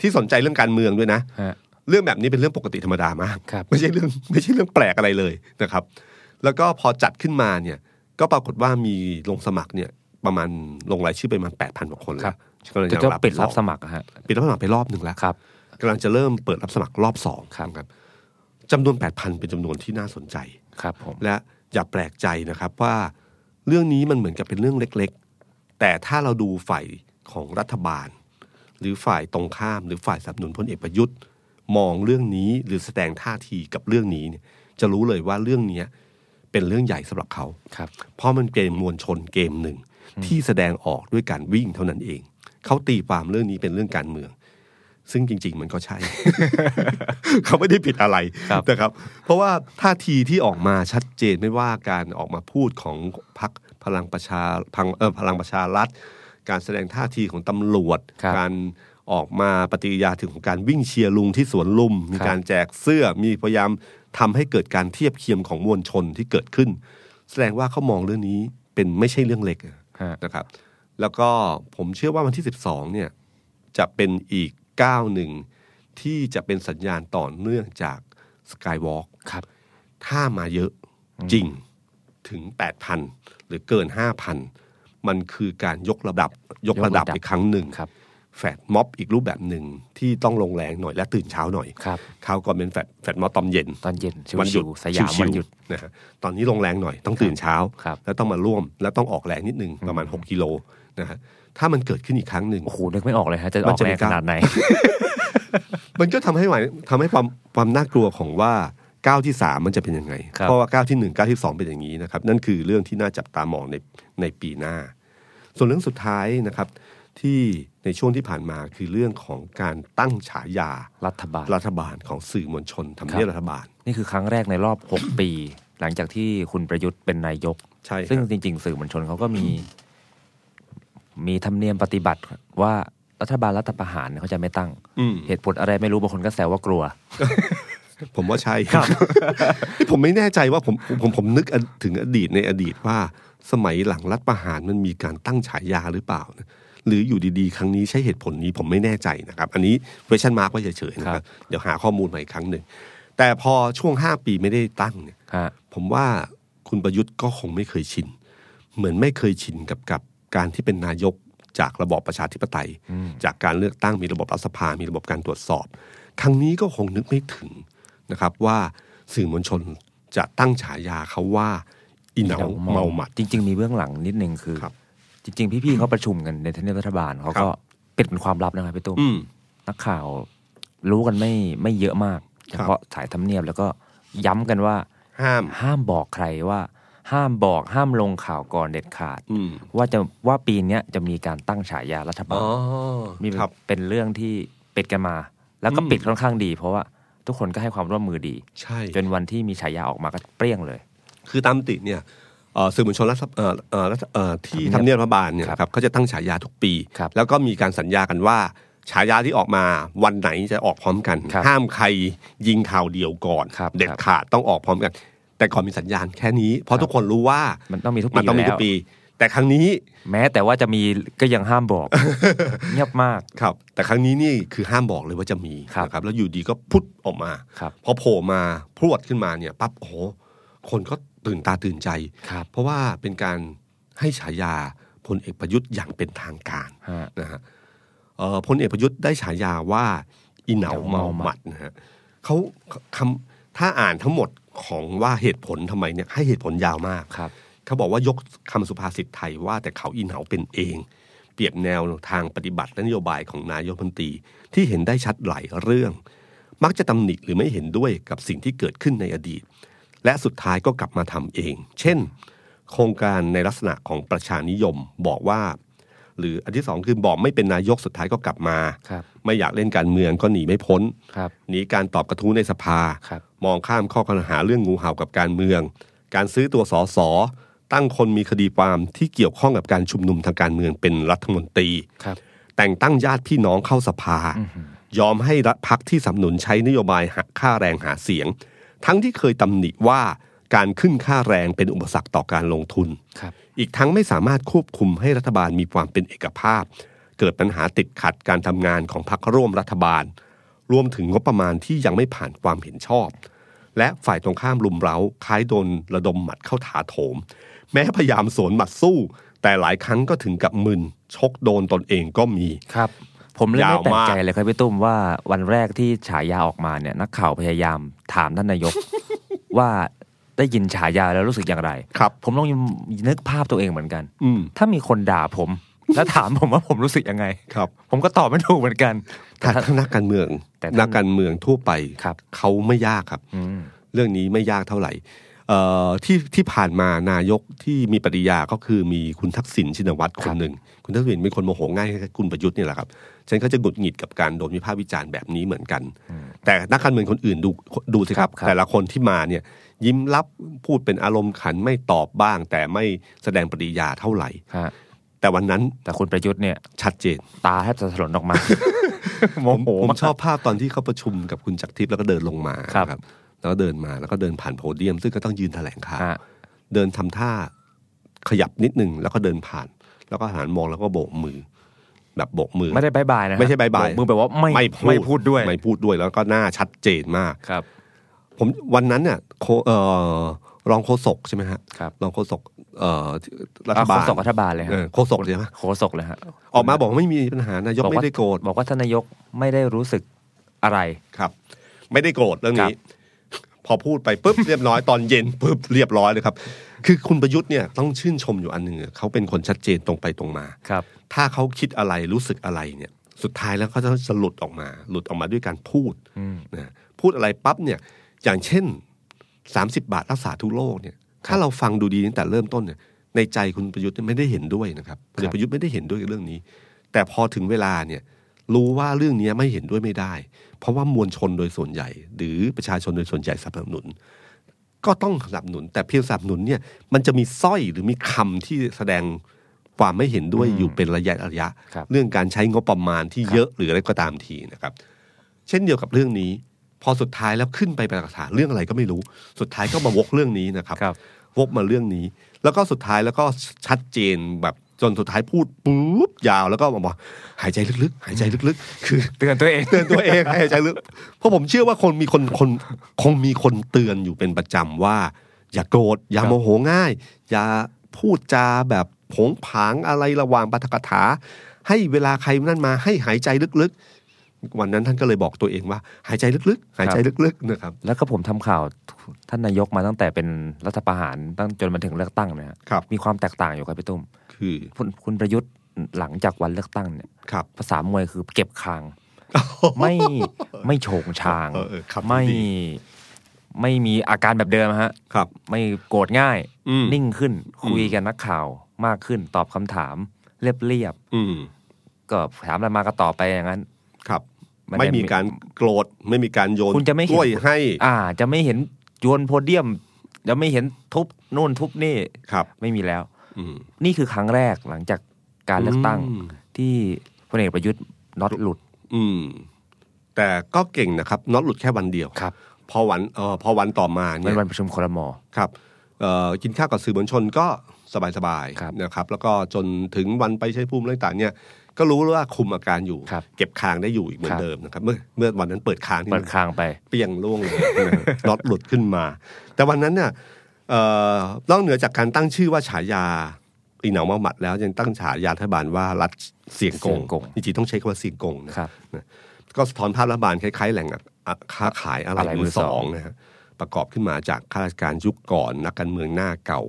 S2: ที่สนใจเรื่องการเมืองด้วยนะ
S3: ฮะ
S2: เรื่องแบบนี้เป็นเรื่องปกติธรรมดามาก
S3: ครับ
S2: ไม่ใช่เรื่อง ไม่ใช่เรื่องแปลกอะไรเลยนะครับ แล้วก็พอจัดขึ้นมาเนี่ยก็ปรากฏว่ามีลงสมัครเนี่ยประมาณลงรายชื่อไปประมาณแปดพันกว่าคน
S3: ครั
S2: แล้ว
S3: บ
S2: กำลัง
S3: จะ
S2: จะ
S3: ก็
S2: รับ
S3: ปิดรับ
S2: ส
S3: ส
S2: อง
S3: มัครอะฮะ
S2: ปิดรับสมัครไปรอบหนึ่งแล้ว
S3: ครับ
S2: กำลังจะเริ่มเปิดรับสมัครรอบสอง
S3: ครับ
S2: นะครับจำนวนแปดพันเป็นจำนวนที่น่าสนใจ
S3: ครับผม
S2: และอย่าแปลกใจนะครับว่าเรื่องนี้มันเหมือนกับเป็นเรื่องเล็กๆ แต่ถ้าเราดูฝ่ายของรัฐบาล หรือฝ่ายตรงข้าม หรือฝ่ายสนับสนุนพลเอกประยุทธ์ มองเรื่องนี้หรือแสดงท่าทีกับเรื่องนี้เนี่ยจะรู้เลยว่าเรื่องเนี้ยเป็นเรื่องใหญ่สำหรับเขา
S3: ครับ
S2: เพราะมันเกมมวลชนเกมหนึ่ง ที่แสดงออกด้วยการวิ่งเท่านั้นเอง เขาตีความเรื่องนี้เป็นเรื่องการเมือง ซึ่งจริง ๆ มันก็ ใช่ เขาไม่ได้ผิดอะไร
S3: ครับ
S2: นะครับ เพราะว่าท่าทีที่ออกมาชัดเจนไม่ว่าการออกมาพูดของพักพลังประชาพังเออพลังประชารัฐ การแสดงท่าทีของตำรวจ
S3: ครับ
S2: การออกมาปฏิกิริยาถึงของการวิ่งเชียร์ลุงที่สวนลุม มี
S3: ครับ
S2: การแจกเสื้อมีพยายามทำให้เกิดการเทียบเคียงของมวลชนที่เกิดขึ้น แสดงว่าเขามองเรื่องนี้เป็นไม่ใช่เรื่องเล็กอะ
S3: ฮะ
S2: นะครับแล้วก็ผมเชื่อว่าวันที่ 12เนี่ยจะเป็นอีกก้าวหนึ่งที่จะเป็นสัญญาณต่อเนื่องจากสกายวอล์ก
S3: ครับ
S2: ถ้ามาเยอะจริงถึง 8,000 หรือเกิน 5,000 มันคือการยกระดับยกระดับ
S3: ยกระดับ
S2: อีกครั้งหนึ่ง
S3: ครับ
S2: แฟดม็อบอีกรูปแบบหนึ่งที่ต้องลงแรงหน่อยและตื่นเช้าหน่อย
S3: ครับ
S2: คราวก่อนเป็นแฟดแฟดม็อบตอนเย็น
S3: ตอนเย็นชิว
S2: วันหยุด
S3: ๆสยาม
S2: ชิ
S3: วันหยุด
S2: ๆนะฮะตอนนี้ลงแรงหน่อยต้องตื่นเช้า
S3: ครับ
S2: แล้วต้องมาร่วมแล้วต้องออกแรงนิดนึงประมาณ
S3: อืม
S2: 6กิโลนะฮะถ้ามันเกิดขึ้นอีกครั้งหนึ่ง
S3: โอ้โหนึกไม่ออกเลยฮะจะ
S2: มั
S3: อน อก
S2: จะ
S3: แร
S2: มี
S3: ง
S2: กา
S3: ข
S2: ร
S3: นาดไหน
S2: มันก็ทำให้ไหวทำให้ความความน่ากลัวของว่าก้าวที่สามมันจะเป็นยังไง
S3: ครับ
S2: เพราะว่าก้าวที่หนึ่งก้าวที่สองเป็นอย่างนี้นะครับ นั่นคือเรื่องที่น่าจับตามองในในปีหน้า ส่วนเรื่องสุดท้ายนะครับที่ในช่วงที่ผ่านมาคือเรื่องของการตั้งฉายา
S3: รัฐบาล
S2: รัฐบาลของสื่อมวลชนทำเนียบรัฐบาล
S3: นี่คือครั้งแรกในรอบ 6 ปี หลังจากที่คุณประยุทธ์เป็นนายก
S2: ใช่ครับ
S3: ซึ่งจริง ๆ สื่อมวลชนเขาก็มี มีธรรมเนียมปฏิบัติว่ารัฐบาลรัฐประหารเนี่ยเขาจะไม่ตั้ง
S2: อืม
S3: เหตุผลอะไรไม่รู้บางคนก็แซวว่ากลัว
S2: ผมว่าใช่ครับ ผมไม่แน่ใจว่าผมผมผมผมนึกถึงอดีตในอดีตว่าสมัยหลังรัฐประหารมันมีการตั้งฉายาหรือเปล่านะหรืออยู่ดีๆ ครั้งนี้ใช่เหตุผลนี้ผมไม่แน่ใจนะครับ อันนี้ question mark ไว้เฉยๆนะค
S3: ครั
S2: รับ
S3: บ
S2: เดี๋ยวหาข้อมูลมาอีกครั้งหนึ่ง แต่พอช่วงห้าปีไม่ได้ตั้งเนี่ย
S3: ฮะ
S2: ผมว่าคุณประยุทธ์ก็คงไม่เคยชิน เหมือนไม่เคยชินกับกับการที่เป็นนายกจากระบอบประชาธิปไตย จากการเลือกตั้งมีระบบรัฐสภา มีระบบการตรวจสอบ ครั้งนี้ก็คงนึกไม่ถึงนะครับว่าสื่อมวลชนจะตั้งฉายาเขาว่าอินเหนาเมาหมัด
S3: จริง ๆ มีเบื้องหลังนิดนึงคือ
S2: ครับ
S3: จริง ๆ พี่ๆเขาประชุมกันในทำเนียบรัฐบาลเขาก็
S2: ครับ
S3: ปิดเป็นความลับนะครับพี่ตุ้ม
S2: อืม
S3: นักข่าวรู้กันไม่ไม่เยอะมากเฉพาะสายทำเนียบแล้วก็ย้ำกันว่า
S2: ห้าม
S3: ห้ามบอกใครว่า ห้ามบอกห้ามลงข่าวก่อนเด็ดขาด
S2: อืม
S3: ว่าจะว่าปีเนี้ยจะมีการตั้งฉายารัฐบา
S2: อ๋
S3: ล
S2: อ
S3: มี
S2: ครับ
S3: เป็นเรื่องที่ปิดกันมา แล้วก็
S2: อืม
S3: ปิดค่อนข้างดี เพราะว่าทุกคนก็ให้ความร่วมมือดี
S2: ใช่
S3: จนวันที่มีฉายาออกมาก็เปรี้ยงเลย
S2: คือตามปกติเนี่ยเอ่อสื่อมวลชนรัฐสภาเอ่อเอ่อรัฐเอ่อที่
S3: ทำ
S2: ทำ
S3: เนี
S2: เนี
S3: ย
S2: ย
S3: บบ
S2: รัฐบาลเนี่ย
S3: ครับ
S2: ครับเขาจะตั้งฉายาทุกปี
S3: ครับ
S2: แล้วก็มีการสัญญากันว่า ฉายาที่ออกมาวันไหนจะออกพร้อมกัน
S3: ครับ
S2: ห้ามใครยิงข่าวเดียวก่อน
S3: ครับ
S2: เด็ดขาดต้องออกพร้อมกัน แต่ก่อนมีสัญญาณแค่นี้ เพราะทุกคนรู้ว่า
S3: มันต้องมีทุกปี
S2: มันต้องมี
S3: อยู่แล้ว
S2: ทุกปี แต่ครั้งนี้
S3: แม้แต่ว่าจะมีก็ยังห้าม บอก เงียบมาก
S2: ครับ แต่ครั้งนี้นี่คือห้ามบอกเลยว่าจะมี
S3: ครับ
S2: นะครับแล้วอยู่ดีก็พุทธออกมา
S3: ครับ
S2: พอโผล่มาพรวดขึ้นมาเนี่ยปั๊บโอ้โหคนก็ตื่นตาตื่นใจ
S3: ครับ
S2: เพราะว่าเป็นการให้ฉายาพลเอกประยุทธ์อย่างเป็นทางการ
S3: ฮะ
S2: นะฮะเอ่อพลเอกประยุทธ์ได้ฉายาว่าอีเหนาเมาหมัดนะฮะเขาคำถ้าอ่านทั้งหมดของว่าเหตุผลทำไมเนี่ยให้เหตุผลยาวมาก
S3: ครับ
S2: เขาบอกว่ายกคำสุภาษิตไทยว่าแต่เขาอีเหนาเป็นเอง เปรียบแนวทางปฏิบัติและนโยบายของนายกรัฐมนตรีที่เห็นได้ชัดหลายเรื่อง มักจะตำหนิหรือไม่เห็นด้วยกับสิ่งที่เกิดขึ้นในอดีต และสุดท้ายก็กลับมาทำเอง เช่น โครงการในลักษณะของประชานิยมบอกว่า หรืออันที่สองคือบอกไม่เป็นนายกสุดท้ายก็กลับมา
S3: ครับ
S2: ไม่อยากเล่นการเมืองก็หนีไม่พ้น
S3: ครับ
S2: หนีการตอบกระทู้ในสภา
S3: ครับ
S2: มองข้ามข้อกล่าวหาเรื่องงูเห่ากับการเมือง การซื้อตัวสอสอตั้งคนมีคดีความที่เกี่ยวข้องกับการชุมนุมทางการเมืองเป็นรัฐมนตรี
S3: ครับ
S2: แต่งตั้งญาติพี่น้องเข้าสภา ยอมให้รัฐพักที่สนับสนุนใช้นโยบายหาค่าแรงหาเสียง ทั้งที่เคยตำหนิว่าการขึ้นค่าแรงเป็นอุปสรรคต่อการลงทุน
S3: ครับ
S2: อีกทั้งไม่สามารถควบคุมให้รัฐบาลมีความเป็นเอกภาพ เกิดปัญหาติดขัดการทำงานของพรรคร่วมรัฐบาล รวมถึงงบประมาณที่ยังไม่ผ่านความเห็นชอบ และฝ่ายตรงข้ามลุมเร้า คล้ายโดนระดมหมัดเข้าถาโถม แม้พยายามสวนหมัดสู้ แต่หลายครั้งก็ถึงกับมึน ชกโดนตนเองก็มี
S3: ครับผมเลย
S2: ยาว
S3: ไม่แปลก
S2: มาก
S3: ใจเลยครับพี่ตุ้มว่าวันแรกที่ฉายาออกมาเนี่ย นักข่าวพยายามถามท่าน นายก ว่าได้ยินฉายาแล้วรู้สึกอย่างไร
S2: ครับ
S3: ผมลองนึกภาพตัวเองเหมือนกัน
S2: อืม
S3: ถ้ามีคนด่าผม แล้วถามผมว่าผมรู้สึกยังไง
S2: ครับ
S3: ผมก็ตอบไม่ถูกเหมือนกัน
S2: แต่ถ้านักการเมือง
S3: แต่ถ้านั
S2: นักการเมืองทั่วไป
S3: ครับ
S2: เขาไม่ยากครับ
S3: อืม
S2: เรื่องนี้ไม่ยากเท่าไหร่ เอ่อที่ที่ผ่านมานายกที่มีปฏิญาก็คือมีคุณทักษิณชินวัตรคนหนึ่ง คุณทักษิณเป็นคนโมโหง่ายให้คุณประยุทธ์เนี่ยแหละครับฉันก็จะหงุดหงิดกับการโดนวิพากษ์วิจารณ์แบบนี้เหมือนกัน แต่นักการเมืองคนอื่นดูดูสิครับ
S3: ครับ
S2: แต่ละคนที่มาเนี่ยยิ้มรับพูดเป็นอารมณ์ขันไม่ตอบบ้าง แต่ไม่แสดงปฏิญาเท่าไหร่
S3: ฮะ
S2: แต่วันนั้น
S3: แต่คุณประยุทธ์เนี่ย
S2: ชัดเจน
S3: ตาแทบจะถลน ออกมา โม
S2: ผม
S3: โห
S2: ผม
S3: มาก
S2: ชอบภาพตอนที่เขาประชุมกับคุณจักรทิพย์แล้วก็เดินลงมา
S3: ครับ
S2: นะแล้วก็เดินมาแล้วก็เดินผ่านโพเดียม ซึ่งก็ต้องยืนแถลงข่าว
S3: ฮะ
S2: เดินทำท่าขยับนิดนึงแล้วก็เดินผ่าน แล้วก็หันมองแล้วก็โบกมือ แบบโบกมือ
S3: ไม่ได้บายบายนะฮะ
S2: ไม่ใช่บ๊ายบาย
S3: โกมือแปลว่าไม่
S2: ไม่
S3: พูดด้วย
S2: ไม่พูดด้วยแล้วก็หน้าชัดเจนมาก
S3: ครับ
S2: ผมวันนั้นเนี่ยโคเอ่อรองโฆษกใช่ไหมฮะ
S3: ครับ
S2: รองโฆษกเอ่อรัฐบาล
S3: โฆษกรัฐบาลเลยฮะ
S2: เออโฆษกใช่ไหม
S3: โฆษกเลยฮะ
S2: ออกมาบอกว่าไม่มีปัญหานายก
S3: บอกว่า
S2: ไม่ได้โกรธ
S3: บอกว่าท่านนายกไม่ได้รู้สึกอะไร
S2: ครับ ไม่ได้โกรธเรื่อง
S3: ครั
S2: นี้
S3: บ
S2: พอพูดไปปุ๊บ เรียบร้อยตอนเย็นปุ๊บเรียบร้อยเลยครับ คือคุณประยุทธ์เนี่ยต้องชื่นชมอยู่อันหนึ่งอะเขาเป็นคนชัดเจนตรงไปตรงมา
S3: ครับ
S2: ถ้าเขาคิดอะไรรู้สึกอะไรเนี่ย สุดท้ายแล้วเขาจะหลุดออกมา หลุดออกมาด้วยการพูด
S3: อืม
S2: นะพูดอะไรปั๊บเนี่ยอย่างเช่น 30 บาทรักษาทุกโรคเนี่ยถ้าเราฟังดูดีตั้งแต่เริ่มต้นเนี่ยในใจคุณประยุทธ์เนี่ยไม่ได้เห็นด้วยนะครับพลเอกประยุทธ์ไม่ได้เห็นด้วยกับเรื่องนี้ แต่พอถึงเวลาเนี่ยรู้ว่าเรื่องนี้ไม่เห็นด้วยไม่ได้ เพราะว่ามวลชนโดยส่วนใหญ่ หรือประชาชนโดยส่วนใหญ่สนับสนุน ก็ต้องสนับสนุน แต่เพียงสนับสนุนเนี่ยมันจะมีสร้อยหรือมีคำที่แสดงความไม่เห็นด้วยอยู่เป็นระยะระยะ
S3: ครับ
S2: เรื่องการใช้งบประมาณที่เยอะหรืออะไรก็ตามทีนะครับ เช่นเดียวกับเรื่องนี้ พอสุดท้ายแล้วขึ้นไปเป็นหลักฐานเรื่องอะไรก็ไม่รู้ สุดท้ายก็มาวกเรื่องนี้นะครับ
S3: ครับ
S2: วกมาเรื่องนี้ แล้วก็สุดท้ายแล้วก็ชัดเจนแบบจนสุดท้ายพูดปุ๊บยาวแล้วก็บอกว่าหายใจลึกๆ หายใจลึกๆ คือ
S3: เตือนตัวเอง
S2: เตือนตัวเองให้หายใจลึกเพราะผมเชื่อว่าคนมีคนคนคงมีคนเตือนอยู่เป็นประจำว่า อย่าโกรธอย่า
S3: ครับ
S2: โมโหง่าย อย่าพูดจาแบบผงผางอะไรระหว่างปาฐกถา ให้เวลาใครนั่นมาให้หายใจลึกๆ วันนั้นท่านก็เลยบอกตัวเองว่า หายใจลึกๆ หายใจลึกๆนะครับ
S3: แล้วก็ผมทำข่าวท่านนายกมาตั้งแต่เป็นรัฐประหารตั้งจนมาถึงเลือกตั้งเนยฮะ
S2: ครับ
S3: มีความแตกต่างอยู่ครับพี่ตุ้ม
S2: คือ
S3: คุณคุณประยุทธ์หลังจากวันเลือกตั้งเนี่ย
S2: ครับ
S3: ภาษามวยคือเก็บคาง ไม่ไม่โฉงชาง
S2: เออเออครับ
S3: ไม่
S2: ดี
S3: ไม่มีอาการแบบเดิมฮะ
S2: ครับ
S3: ไม่โกรธง่าย
S2: อืม
S3: นิ่งขึ้น คุยกับนักข่าวมากขึ้นตอบคำถาม เรียบเรียบ
S2: อืม
S3: ๆก็ถามอะไรมาก็ตอบไปอย่างนั้น
S2: ครับ
S3: มัน
S2: ไม่มี
S3: จะมี
S2: การโกรธไม่มีการโยน
S3: คุณจะไม่เห็
S2: ก
S3: น
S2: ล้วยให้
S3: อ่า จะไม่เห็นโยนโพเดียม จะไม่เห็นทุบนู่นทุบนี่
S2: ครับ
S3: ไม่มีแล้ว
S2: อืม
S3: นี่คือครั้งแรกหลังจากการเลือกตั้ง
S2: อืม
S3: ที่พลเอกประยุทธ์น็อตหลุด
S2: อืม แต่ก็เก่งนะครับน็อตหลุดแค่วันเดียว
S3: ครับ
S2: พอวันเอ่อพอวันต่อมา
S3: ใน
S2: เนี่ย
S3: วันประชุมครม
S2: ครับเอ่อกินข้าวกับสื่อมวลชนก็สบาย
S3: ครับ
S2: ๆนะครับ แล้วก็จนถึงวันไปใช้ภูมิอะไรต่างๆเนี่ย ก็รู้ว่าคุมอาการอยู่
S3: ครับ
S2: เก็บคางได้อยู่อีกเหมือ
S3: ครั
S2: น
S3: บ
S2: เดิมนะครับ เมื่อเมื่อวันนั้นเปิดคางนี่
S3: เปิ
S2: มั
S3: ด
S2: น
S3: คางไป
S2: เปียงล่วงเลย นะฮะ น็อตหลุดขึ้นมา แต่วันนั้นเนี่ยเอ่อนอกเหนือจากการตั้งชื่อว่าฉายาอีเหนามาหมัดแล้วยังตั้งฉายารัฐบาลว่ารัฐเสียงก
S3: เสี่
S2: ง
S3: ยงกง
S2: จริงๆต้องใช้คำว่าเสียงกงนะครับ ก็สะท้อนภาพรัฐบาลคล้ายๆแหล่งอ่ะค้าขายอะไร
S3: อะไรมื
S2: มื
S3: อ
S2: อ
S3: ส
S2: ส
S3: อ
S2: อง งนะฮะประกอบขึ้นมาจากข้าราชการยุคก่อนนักการเมืองหน้าเก่า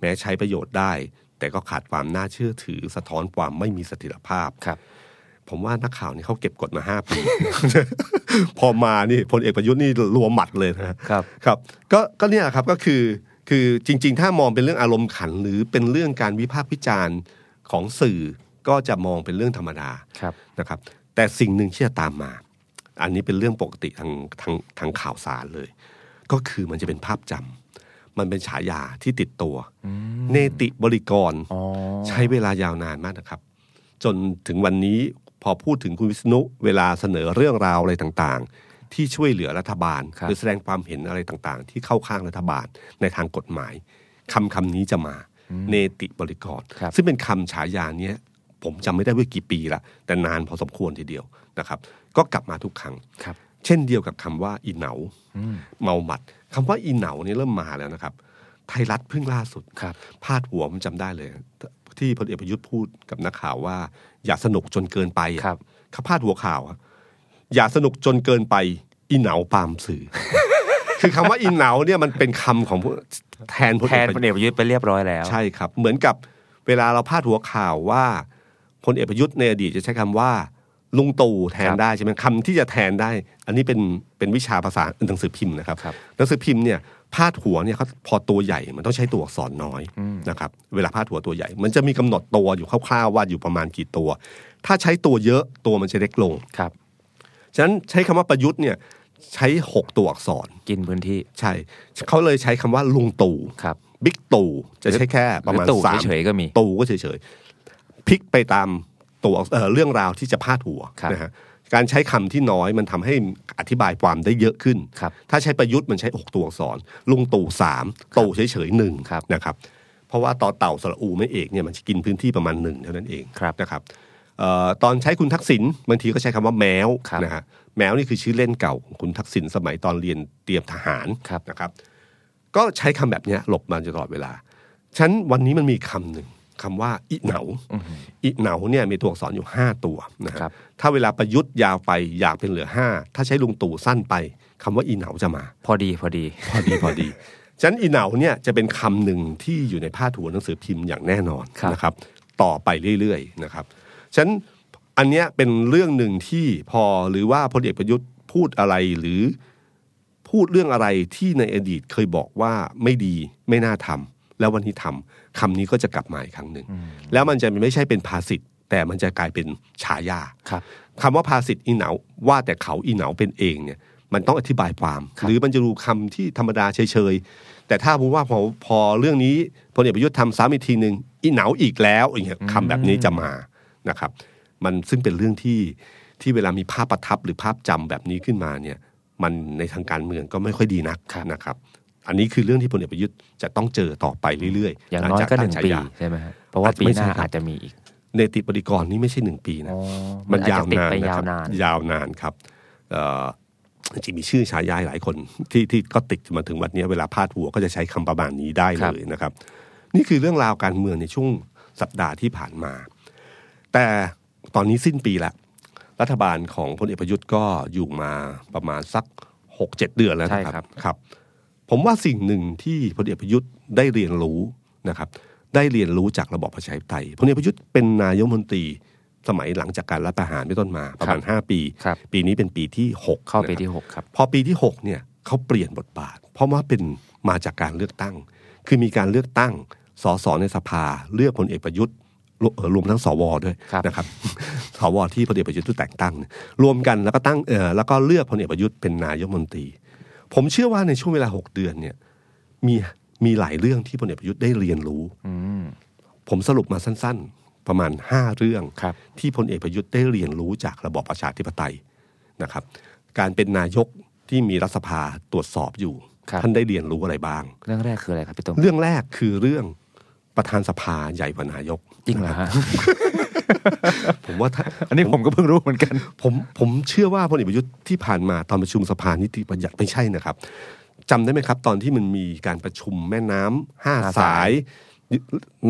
S2: แม้ใช้ประโยชน์ได้ แต่ก็ขาดความน่าเชื่อถือ สะท้อนความไม่มีเสถิรภาพ
S3: ครับ
S2: ผมว่านักข่าวนี่เขาเก็บกดมาห้าปี พอมานี่พลเอกประยุทธ์นี่รวมหมัดเลยนะฮะ
S3: ครับ
S2: ครับก็ก็เนี่ยครับก็คือคือจริง ๆ ถ้ามองเป็นเรื่องอารมณ์ขัน หรือเป็นเรื่องการวิพากษ์วิจารณ์ของสื่อก็จะมองเป็นเรื่องธรรมดา
S3: ครับ
S2: นะครับ แต่สิ่งหนึ่งที่จะตามมา อันนี้เป็นเรื่องปกติทางทางทางข่าวสารเลย ก็คือมันจะเป็นภาพจำมันเป็นฉายาที่ติดตัว เนติบริกร
S3: อ๋อ
S2: ใช้เวลายาวนานมากนะครับ จนถึงวันนี้พอพูดถึงคุณวิษณุเวลาเสนอเรื่องราวอะไรต่างๆ ที่ช่วยเหลือรัฐบาล
S3: ครั
S2: ห
S3: บ
S2: รือแสดงความเห็นอะไรต่างๆ ที่เข้าข้างรัฐบาลในทางกฎหมายคำคำนี้จะมาเนติบริกร
S3: ครับ
S2: ซึ่งเป็นคำฉายาเนี้ยผมจำไม่ได้ว่ากี่ปีละแต่นานพอสมควรทีเดียวนะครับ ก็กลับมาทุกครั้ง
S3: ครับ
S2: เช่นเดียวกับคำว่าอีเหนาเมาหมัดคำว่าอีเหนานี่เริ่มมาแล้วนะครับ ไทยรัฐเพิ่งล่าสุด
S3: ครับ
S2: พาดหัวผมจำได้เลย ที่พลเอกประยุทธ์พูดกับนักข่าวว่า อย่าสนุกจนเกินไปอะ
S3: ครับ
S2: เขาพาดหัวข่าวอะอย่าสนุกจนเกินไป อีเหนาปามสื่อ คือคำว่าอีเหนาเนี่ยมันเป็นคำของผู้แทนพล
S3: แท
S2: เอกป
S3: น
S2: ระยุทธ์
S3: พลเอกประยุทธ์ไปเรียบร้อยแล้ว
S2: ใช่ครับ เหมือนกับเวลาเราพาดหัวข่าวว่าพลเอกประยุทธ์ในอดีตจะใช้คำว่า ลุงตู่แทน
S3: ครับ
S2: ได้ใช่ไหมคำที่จะแทนได้ อันนี้เป็นเป็นวิชาภาษาหนังสือพิมพ์นะครับ
S3: ครับ
S2: หนังสือพิมพ์เนี่ย พาดหัวเนี่ยเขาพอตัวใหญ่มันต้องใช้ตัวอักษรน้อยนะครับเวลาพาดหัวตัวใหญ่ มันจะมีกำหนดตัวอยู่คร่าวๆว่าอยู่ประมาณกี่ตัว ถ้าใช้ตัวเยอะตัวมันจะเล็กลง
S3: ครับ
S2: ฉะนั้นใช้คำว่าประยุทธ์เนี่ยใช้หกตัวอักษร
S3: กินพื้นที่
S2: ใช่เขาเลยใช้คำว่าลุงตู่
S3: ครับ
S2: บิ๊กตู่จะใช้แค่ประมาณ
S3: หอตู่
S2: สาม
S3: เฉยๆก็มี
S2: ตูก็เฉยๆพลิกไปตามตัวเอ่อเรื่องราวที่จะพาดหัว
S3: ครับ
S2: นะฮะการใช้คำที่น้อยมันทำให้อธิบายความได้เยอะขึ้น
S3: ครับ
S2: ถ้าใช้ประยุทธ์มันใช้6ตัวอักษรลุงตู่สามตู่เฉยๆหนึ่ง
S3: ครับ
S2: นะครับเพราะว่าต่อเต่าสระอูไม่เอกเนี่ยมันจะกินพื้นที่ประมาณหนึ่งเท่านั้นเอง
S3: ครับ
S2: นะครับเอ่อตอนใช้คุณทักษิณบางทีก็ใช้คำว่าแมว
S3: ครับ
S2: นะฮะแมวนี่คือชื่อเล่นเก่าของคุณทักษิณสมัยตอนเรียนเตรียมทหาร
S3: ครับ
S2: นะครับ ก็ใช้คำแบบเนี้ยหลบมาตลอดเวลาฉะนันวันนี้มันมีคำหนึ่งคำว่าอีเหนาอีเหนาเนี่ยมีตัวอักษรอยู่ห้าตัวนะฮะ
S3: ครับ
S2: ถ้าเวลาประยุทธ์ยาวไปอยากเป็นเหลือห้าถ้าใช้ลุงตู่สั้นไปคำว่าอีเหนาจะมา
S3: พอดีพอดี
S2: พอดีพอดี ฉะนันอีเหนาเนี่ยจะเป็นคำหนึ่งที่อยู่ในพาดหัวหนังสือพิมพ์อย่างแน่นอน
S3: ครับ
S2: นะครับ ต่อไปเรื่อยๆนะครับ ฉะนันอันเนี้ยเป็นเรื่องหนึ่งที่พอหรือว่าพลเอกประยุทธ์พูดอะไรหรือพูดเรื่องอะไรที่ในอดีตเคยบอกว่าไม่ดีไม่น่าทำแล้ววันนี้ทำคำนี้ก็จะกลับมาอีกครั้งหนึ่งแล้วมันจะไม่ใช่เป็นภาษิตแต่มันจะกลายเป็นฉายา
S3: ครับ
S2: คำว่าภาษิตอีเหนาว่าแต่เขาอีเหนาเป็นเองเนี่ยมันต้องอธิบายความ
S3: ครับ
S2: หรือมันจะดูคำที่ธรรมดาเฉยๆ แต่ถ้าพูดว่าพอพอเรื่องนี้พลเอกประยุทธ์ทำซ้ำอีกทีหนึ่งอีเหนาอีกแล้วอย่างเงี้ยคำแบบนี้จะมานะครับ มันซึ่งเป็นเรื่องที่ที่เวลามีภาพประทับหรือภาพจำแบบนี้ขึ้นมาเนี่ยมันในทางการเมืองก็ไม่ค่อยดีนัก
S3: ครับ
S2: นะครับ อันนี้คือเรื่องที่พลเอกประยุทธ์จะต้องเจอต่อไปเรื่อยๆ
S3: อย่าง
S2: ลั
S3: น้อย
S2: จ
S3: ก็หนึ่ง
S2: ตั้
S3: ปี
S2: ฉายา
S3: ใช่ไหมฮะเพราะว่าปีหน้า
S2: ไม่ใช่ครับ
S3: อาจจะมีอีก
S2: เนติปฏิกรนี่ไม่ใช่หนึ่งปีนะ
S3: อ๋อ
S2: มัน
S3: อจ
S2: ยา
S3: จะ
S2: ว
S3: ติด
S2: นาน
S3: ไป
S2: นะ
S3: ยา
S2: คว รับ
S3: นาน
S2: ยาวนานครับเอ่อจริงๆมีชื่อฉายายหลายคนที่ที่ก็ติดมาถึงวันนี้เวลาพาดหัวก็จะใช้คำประมาณนี้ได้เลยนะครับ นี่คือเรื่องราวการเมืองในช่วงสัปดาห์ที่ผ่านมา แต่ตอนนี้สิ้นปีละ รัฐบาลของพลเอกประยุทธ์ก็อยู่มาประมาณสักหกเจ็ดเดือนแล้วนะครับ ครับ ผมว่าสิ่งหนึ่งที่พลเอกประยุทธ์ได้เรียนรู้นะครับ ได้เรียนรู้จากระบอบประชาธิปไตยพลเอกประยุทธ์เป็นนายกรัฐมนตรีสมัยหลังจากการรัฐประหารเป็นต้นมาประมาณห้าปี
S3: ครับ
S2: ปีนี้เป็นปีที่หก
S3: เข้าปี
S2: นะครับ
S3: ที่หกครับ
S2: พอปีที่ 6เนี่ยเขาเปลี่ยนบทบาท เพราะว่าเป็นมาจากการเลือกตั้ง คือมีการเลือกตั้งสสในสภา เลือกพลเอกประยุทธ์รวเอ่อรวมทั้งสวด้วย
S3: ครับ
S2: นะครับ สวที่พลเอกประยุทธ์แต่งตั้งเนี่ยรวมกันแล้วก็ตั้งเออแล้วก็เลือกพลเอกประยุทธ์เป็นนายกรัฐมนตรี ผมเชื่อว่าในช่วงเวลา 6 เดือนเนี่ยมีมีหลายเรื่องที่พลเอกประยุทธ์ได้เรียนรู้
S3: อืม
S2: ผมสรุปมาสั้นๆ ประมาณ 5 เรื่อง
S3: ครับ
S2: ที่พลเอกประยุทธ์ได้เรียนรู้จากระบอบประชาธิปไตยนะครับ การเป็นนายกที่มีรัฐสภาตรวจสอบอยู่
S3: ครับ
S2: ท่านได้เรียนรู้อะไรบ้าง
S3: เรื่องแรกคืออะไรครับพี่ตุ้ม
S2: เรื่องแรกคือเรื่องประธานสภาใหญ่กว่านายก
S3: จริงเหรอฮะ
S2: ผมว่าถ้า
S3: อันนี้ผมก็เพิ่งรู้เหมือนกัน
S2: ผมผมเชื่อว่าพลเอกประยุทธ์ที่ผ่านมาตอนประชุมสภานิติบัญญัติไม่ใช่นะครับจำได้ไหมครับ ตอนที่มันมีการประชุมแม่น้ำห้า
S3: ห้า
S2: สา
S3: สาย ย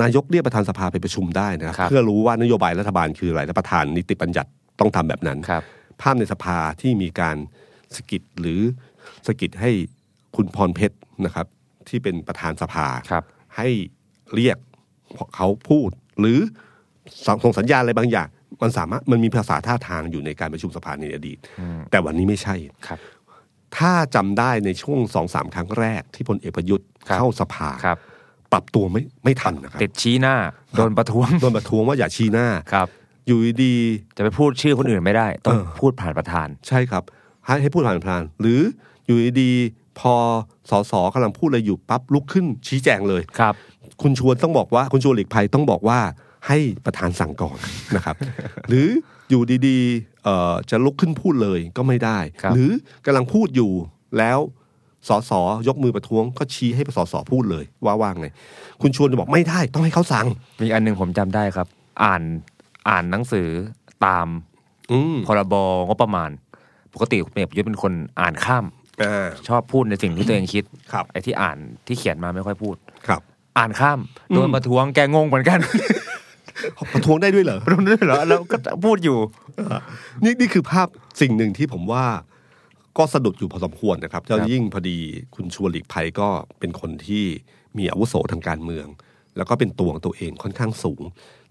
S2: นายกเรียกประธานสภาไปประชุมได้นะครับ เพื่อรู้ว่านโยบายรัฐบาลคืออะไรและประธานนิติบัญญัติต้องทำแบบนั้น
S3: ครับ
S2: ภาพในสภาที่มีการสะกิดหรือสะกิดให้คุณพรเพชรนะครับ ที่เป็นประธานสภา
S3: ครับ
S2: ให้เรียกเขาพูด หรือส่งสัญญาณอะไรบางอย่าง มันสามารถมันมีภาษาท่าทางอยู่ในการประชุมสภาในอดีต แต่วันนี้ไม่ใช่
S3: ครับ
S2: ถ้าจำได้ในช่วงสองสามครั้งแรกที่พลเอกประยุทธ์
S3: ครับ
S2: เข้าสภา
S3: ครับ
S2: ปรับตัวไม่ไม่ทันนะครับ
S3: ติด ชี้หน้า โดนประท้วง
S2: โดนประท้วงว่าอย่าชี้หน้า
S3: ครับ
S2: อยู่ดี
S3: จะไปพูดชื่อคนอื่นไม่ได้ ต้อง
S2: เออ
S3: พูดผ่านประธาน
S2: ใช่ครับ ให้ให้พูดผ่านพลานหรืออยู่ดีๆพอสอสอกำลังพูดอะไรอยู่ปั๊บลุกขึ้นชี้แจงเลย
S3: ครับ
S2: คุณชวนต้องบอกว่าคุณชวนหลีกภัยต้องบอกว่าให้ประธานสั่งก่อน นะครับ หรืออยู่ดีๆเอ่อจะลุกขึ้นพูดเลยก็ไม่ได้
S3: ครับ
S2: หรือกำลังพูดอยู่แล้วสอสอยกมือประท้วง ก็ชี้ให้สอสอพูดเลยว่าว่างไงคุณชวนจะบอกไม่ได้ต้องให้เขาสั่ง
S3: มีอันหนึงผมจำได้ครับ อ่านอ่านหนังสือตาม
S2: อืม
S3: พรบงบประมาณ ปกติคุณเอกประยุทธ์เป็นคนอ่านข้าม
S2: อ่า
S3: ชอบพูดในสิ่งที่ตัวเองคิด
S2: ครับ
S3: ไอ้ที่อ่านที่เขียนมาไม่ค่อยพูด
S2: ครับ
S3: อ่านข้ามโดนประท้วงแกงงเหมือนกัน
S2: ประท้วงได้ด้วยเหรอ
S3: ประท้วงด้วยเหรอแล้วก็พูดอยู่
S2: นี่นี่คือภาพสิ่งหนึ่งที่ผมว่าก็สะดุดอยู่พอสมควรนะครับแล้ว
S3: ครับ
S2: ยิ่งพอดีคุณชวนหลีกภัยก็เป็นคนที่มีอาวุโสทางการเมือง แล้วก็เป็นตัวของตัวเองค่อนข้างสูง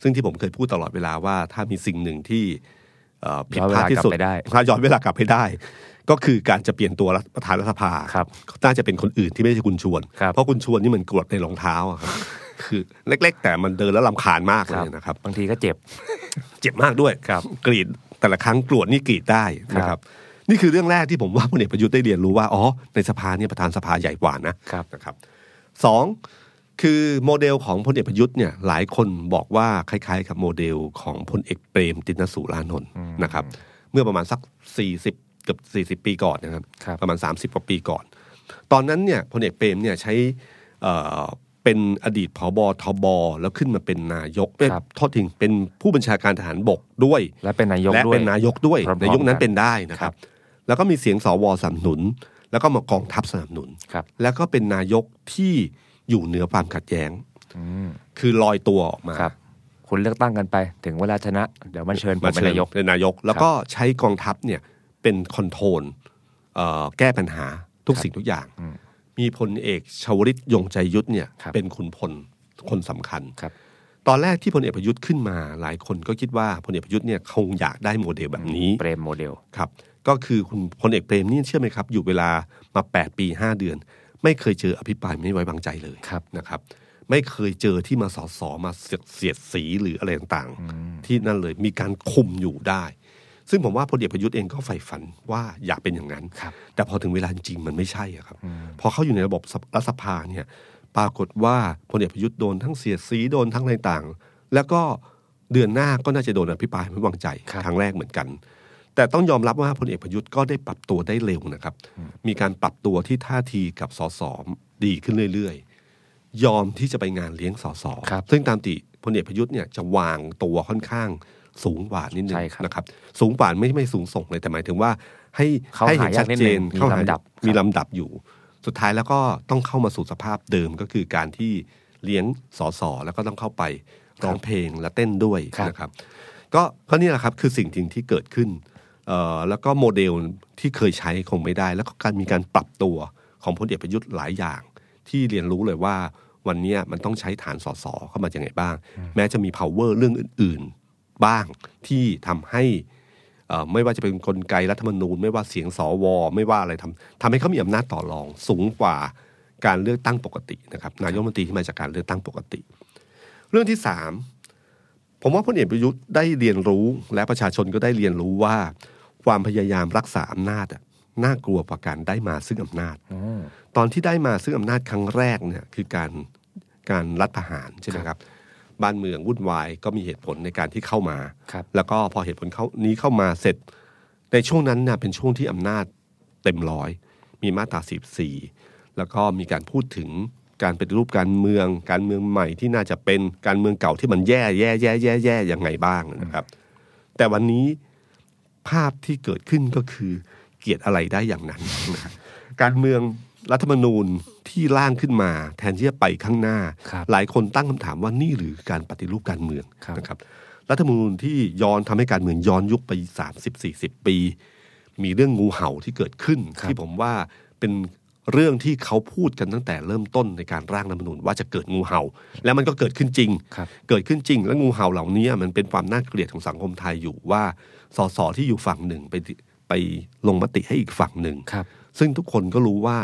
S2: ซึ่งที่ผมเคยพูดตลอดเวลาว่าถ้ามีสิ่งหนึ่งที่ เอ่อผิดพลาดที่สุด
S3: ย้อนเวลากลับไปได้
S2: ถ้าย้อนเวลากลับไปได้ ก็คือการจะเปลี่ยนตัวรัฐประธานรัฐสภา
S3: ครับ
S2: น่าจะเป็นคนอื่นที่ไม่ใช่คุณชวน
S3: ครับ
S2: เพราะคุณชวนนี่เหมือนกรวดในรองเท้าอะครับ คือเล็ก ๆ แต่มันเดินแล้วลำคาญมากเล
S3: ครับ
S2: ยนะครับ
S3: บางทีก็เจ็บ
S2: เจ็บมากด้วย
S3: ครับ
S2: กรีดแต่ละครั้งกรวดนี่กรีดได้นะค
S3: ครั
S2: รับ
S3: บ
S2: นี่คือเรื่องแรกที่ผมว่าพลเอกประยุทธ์ได้เรียนรู้ว่า อ๋อ ในสภาเนี่ยประธานสภาใหญ่กว่านะครับ นะครับสองคือโมเดลของพลเอกประยุทธ์เนี่ยหลายคนบอกว่าคล้ายๆ กับโมเดลของพลเอกเปรมตินสุรานนท์นะครับ เมื่อประมาณสัก 40เกือบ40 ปีก่อนนะครับ
S3: ครับ
S2: ประมาณ 30กว่าปีก่อน ตอนนั้นเนี่ยพลเอกเปรมเนี่ยใช้เอ่อเป็นอดีตผบทบแล้วขึ้นมาเป็นนายกเอ้ย
S3: ครับ
S2: โทษทีเป็นผู้บัญชาการทหารบกด้วย
S3: และเป็นนายก
S2: และ
S3: ด้วย
S2: เป็นนายกด้วย
S3: พร้อมๆ
S2: นายกนั้น
S3: กัน
S2: เป็นได้นะครับ แล้วก็มีเสียงสวสนับสนุน แล้วก็มากองทัพสนับสนุน
S3: ครับ
S2: แล้วก็เป็นนายกที่อยู่เหนือความขัดแย้ง
S3: อืม
S2: คือลอยตัวออกมา
S3: ครับ คุณเลือกตั้งกันไปถึงเวลาชนะ เดี๋ยวมาเชิญผมเป็นนายก
S2: เป็นนายก แล้วก็ใช้กองทัพเนี่ยเป็นคอนโทรลเอ่อแก้ปัญหาทุกสิ่งทุกอย่าง มีพลเอกชวลิตยงใจยุทธเนี่ย
S3: ครับ
S2: เป็นขุนพลคนสำคัญ
S3: ครับ
S2: ตอนแรกที่พลเอกประยุทธ์ขึ้นมาหลายคนก็คิดว่าพลเอกประยุทธ์เนี่ยคงอยากได้โมเดลแบบนี้
S3: เปรมโมเดล
S2: ครับก็คือคุณพลเอกเปรมนี่เชื่อไหมครับ อยู่เวลามา 8 ปี 5 เดือน ไม่เคยเจออภิปรายไม่ไว้วางใจเลย
S3: ครับ
S2: นะครับ ไม่เคยเจอที่มาสอสอมาเสียดเสียดสีหรืออะไรต่างๆ ที่นั่นเลยมีการคุมอยู่ได้ ซึ่งผมว่าพลเอกประยุทธ์เองก็ใฝ่ฝันว่าอยากเป็นอย่างนั้น
S3: ครับ
S2: แต่พอถึงเวลาจริงๆมันไม่ใช่อะครับ พอเขาอยู่ในระบบรัฐสภาเนี่ยปรากฏว่าพลเอกประยุทธ์โดนทั้งเสียดสีโดนทั้งอะไรต่าง แล้วก็เดือนหน้าก็น่าจะโดนอภิปรายไม่วางใจ
S3: ครับ
S2: ครั้งแรกเหมือนกัน แต่ต้องยอมรับว่าพลเอกประยุทธ์ก็ได้ปรับตัวได้เร็วนะครับ มีการปรับตัวที่ท่าทีกับสสดีขึ้นเรื่อยๆ ยอมที่จะไปงานเลี้ยงสส
S3: ครับ
S2: ซึ่งตามติพลเอกประยุทธ์เนี่ยจะวางตัวค่อนข้างสูงกว่านิดนึง
S3: ใช่ครับ
S2: นะครับ สูงกว่าไม่ไม่สูงส่งเลยแต่หมายถึงว่าให้
S3: เข้า
S2: ให้
S3: หา
S2: เห็นชัด
S3: ยากนิด
S2: เจ
S3: นึ
S2: น
S3: งมี
S2: หา
S3: ลำดับ
S2: มีลำดับอยู่ สุดท้ายแล้วก็ต้องเข้ามาสู่สภาพเดิมก็คือการที่เลี้ยงสสแล้วก็ต้องเข้าไปร้องเพลงและเต้นด้วย
S3: ครับ
S2: นะครับ ก็ก็นี่แหละครับคือสิ่งที่เกิดขึ้นเอ่อแล้วก็โมเดลที่เคยใช้คงไม่ได้ แล้วก็การมีการปรับตัวของพลเอกประยุทธ์หลายอย่าง ที่เรียนรู้เลยว่าวันเนี้ยมันต้องใช้ฐานสสเข้ามาอย่างไงบ้าง แม้จะมี power เรื่องอื่น ๆ บ้างที่ทำให้เอ่อไม่ว่าจะเป็นนกลไกรัฐธรรมนูญ ไม่ว่าเสียงสวไม่ว่าอะไรทำทำให้เขามีอำนาจต่อรองสูงกว่าการเลือกตั้งปกตินะครับนายกรัฐมนตรีที่มาจากการเลือกตั้งปกติ เรื่องที่สาม ผมว่าพลเอกประยุทธ์ได้เรียนรู้และประชาชนก็ได้เรียนรู้ว่า ความพยายามรักษาอำนาจอะน่ากลัวกว่าการได้มาซึ่งอำนาจ ตอนที่ได้มาซึ่งอำนาจครั้งแรกเนี่ยคือการการรัฐประหารใช่ไหมครับ บ้านเมืองวุ่นวายก็มีเหตุผลในการที่เข้ามา
S3: ครับ
S2: แล้วก็พอเหตุผลเข้านี้เข้ามาเสร็จ ในช่วงนั้นน่ะเป็นช่วงที่อำนาจเต็มร้อย มีมาตราสิบสี่แล้วก็มีการพูดถึงการเป็นรูปการเมือง การเมืองใหม่ที่น่าจะเป็นการเมืองเก่าที่มันแย่แย่แย่แย่แย่ยังไงบ้างนะครับ แต่วันนี้ภาพที่เกิดขึ้นก็คือเกลียดอะไรได้อย่างนั้น การเมืองรัฐธรรมนูญที่ร่างขึ้นมา แทนที่จะไปข้างหน้า
S3: ครับ
S2: หลายคนตั้งคำถามว่านี่หรือการปฏิรูปการเมือง
S3: ครับ
S2: นะครับ รัฐธรรมนูญที่ย้อนทำให้การเมืองย้อนยุคไป 30-40 ปี มีเรื่องงูเห่าที่เกิดขึ้น
S3: ครับ
S2: ที่ผมว่าเป็นเรื่องที่เขาพูดกันตั้งแต่เริ่มต้นในการร่างรัฐธรรมนูญว่าจะเกิดงูเห่า แล้วมันก็เกิดขึ้นจริง
S3: ครับ
S2: เกิดขึ้นจริง และงูเห่าเหล่านี้มันเป็นความน่าเกลียดของสังคมไทยอยู่ว่าสสที่อยู่ฝั่งหนึ่งไปไปลงมติให้อีกฝั่งหนึ่ง
S3: ครับ
S2: ซึ่งทุกคนก็รู้ว่า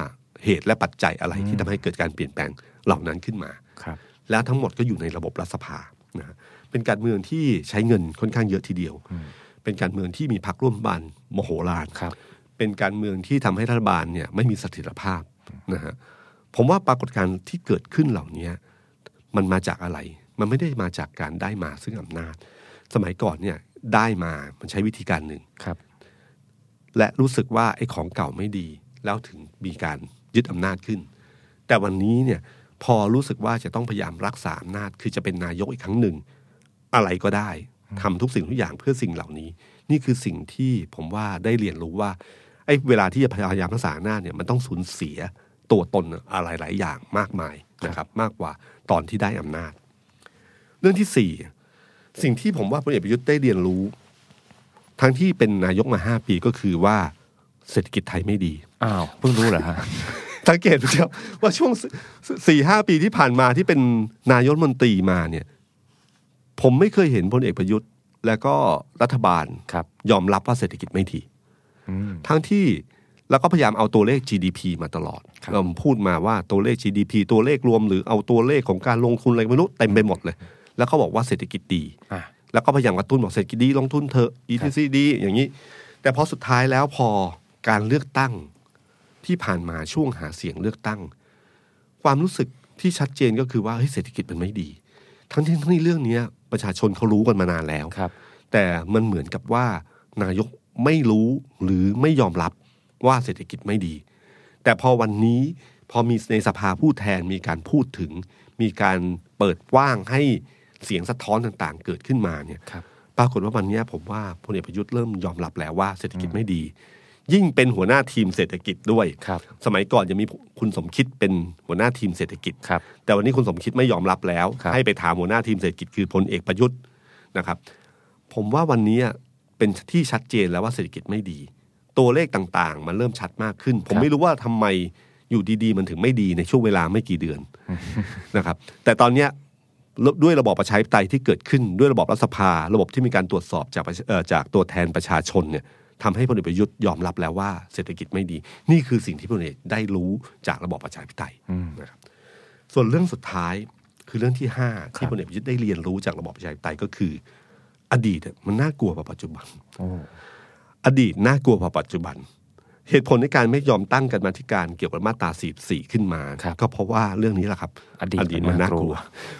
S2: เหตุและปัจจัยอะไรที่ทำให้เกิดการเปลี่ยนแปลงเหล่านั้นขึ้นมา
S3: ครับ
S2: แล้วทั้งหมดก็อยู่ในระบบรัฐสภานะฮะเป็นการเมืองที่ใช้เงินค่อนข้างเยอะทีเดียว เป็นการเมืองที่มีพรรคร่วมรัฐบาลโมโหลาน
S3: ครับ
S2: เป็นการเมืองที่ทำให้รัฐบาลเนี่ยไม่มีเสถิรภาพนะฮะผมว่าปรากฏการณ์ที่เกิดขึ้นเหล่านี้มันมาจากอะไร มันไม่ได้มาจากการได้มาซึ่งอำนาจ สมัยก่อนเนี่ยได้มามันใช้วิธีการหนึ่ง
S3: ครับ
S2: และรู้สึกว่าไอ้ของเก่าไม่ดี แล้วถึงมีการยึดอำนาจขึ้น แต่วันนี้เนี่ยพอรู้สึกว่าจะต้องพยายามรักษาอำนาจ คือจะเป็นนายกอีกครั้งหนึ่ง อะไรก็ได้ทำทุกสิ่งทุกอย่างเพื่อสิ่งเหล่านี้ นี่คือสิ่งที่ผมว่าได้เรียนรู้ว่าไอ้เวลาที่จะพยายามรักษาอำนาจเนี่ยมันต้องสูญเสียตัวตนอะไรหลายอย่างมากมายนะครับ มากกว่าตอนที่ได้อำนาจ เรื่องที่สี่สิ่งที่ผมว่าพลเอกประยุทธ์ได้เรียนรู้ ทั้งที่เป็นนายกมาห้าปีก็คือว่าเศรษฐกิจไทยไม่ดี
S3: อ้าว เพิ่งรู้เหรอฮะ
S2: สังเกตไหมครับว่าช่วงสสี่ห้าปีที่ผ่านมาที่เป็นนายกรัฐมนตรีมาเนี่ย ผมไม่เคยเห็นพลเอกประยุทธ์ แล้วก็รัฐบาล
S3: ครับ
S2: ยอมรับว่าเศรษฐกิจไม่ดี
S3: อืม
S2: ทั้งที่แล้วก็พยายามเอาตัวเลข GDP มาตลอด
S3: ครับ
S2: เราพูดมาว่าตัวเลข GDP ตัวเลขรวมหรือเอาตัวเลขของการลงทุนอะไรไม่รู้เต็มไปหมดเลย แล้วเขาบอกว่าเศรษฐกิจดี
S3: อ่ะ
S2: แล้วก็พยายามกระตุ้นบอกเศรษฐกิจดีลงทุนเถอะ ETC ดีอย่างนี้ แต่พอสุดท้ายแล้วพอการเลือกตั้งที่ผ่านมาช่วงหาเสียงเลือกตั้ง ความรู้สึกที่ชัดเจนก็คือว่าเฮ้ยเศรษฐกิจมันไม่ดี ทั้งที่ทั้งที่เรื่องเนี้ยประชาชนเขารู้กันมานานแล้ว
S3: ครับ
S2: แต่มันเหมือนกับว่านายกไม่รู้หรือไม่ยอมรับว่าเศรษฐกิจไม่ดี แต่พอวันนี้พอมีในสภาผู้แทนมีการพูดถึง มีการเปิดว่างให้เสียงสะท้อนต่างๆ เกิดขึ้นมาเนี่ย
S3: ครับ
S2: ปรากฏว่าวันเนี้ยผมว่าพลเอกประยุทธ์เริ่มยอมรับแล้วว่าเศรษฐกิจไม่ดี ยิ่งเป็นหัวหน้าทีมเศรษฐกิจด้วย
S3: ครับ
S2: สมัยก่อนจะมีคุณสมคิดเป็นหัวหน้าทีมเศรษฐกิจ
S3: ครับ
S2: แต่วันนี้คุณสมคิดไม่ยอมรับแล้ว
S3: ครับ
S2: ให้ไปถามหัวหน้าทีมเศรษฐกิจคือพลเอกประยุทธ์นะครับ ผมว่าวันนี้เป็นที่ชัดเจนแล้วว่าเศรษฐกิจไม่ดี ตัวเลขต่างๆ มันเริ่มชัดมากขึ้น ผมไม่รู้ว่าทำไมอยู่ดีๆ มันถึงไม่ดีในช่วงเวลาไม่กี่เดือนนะครับ แต่ตอนเนี้ยด้วยระบอบประชาธิปไตยที่เกิดขึ้นด้วยระบอบรัฐสภา ระบบที่มีการตรวจสอบจากประชาเอ่อจากตัวแทนประชาชนเนี่ยทำให้พลเอกประยุทธ์ยอมรับแล้วว่าเศรษฐกิจไม่ดี นี่คือสิ่งที่พลเอกได้รู้จากระบอบประชาธิปไตยนะครับ ส่วนเรื่องสุดท้ายคือเรื่องที่ห้าที่พลเอกประยุทธ์ได้เรียนรู้จากระบอบประชาธิปไตยก็คือ อดีตอะมันน่ากลัวกว่าปัจจุบัน
S3: โอ้
S2: อดีตน่ากลัวกว่าปัจจุบัน เหตุผลในการไม่ยอมตั้งกันมาธิการเกี่ยวกับมาตราสีสีขึ้นมา ก็เพราะว่าเรื่องนี้แหละครับ
S3: อดีต
S2: มันน่ากลัว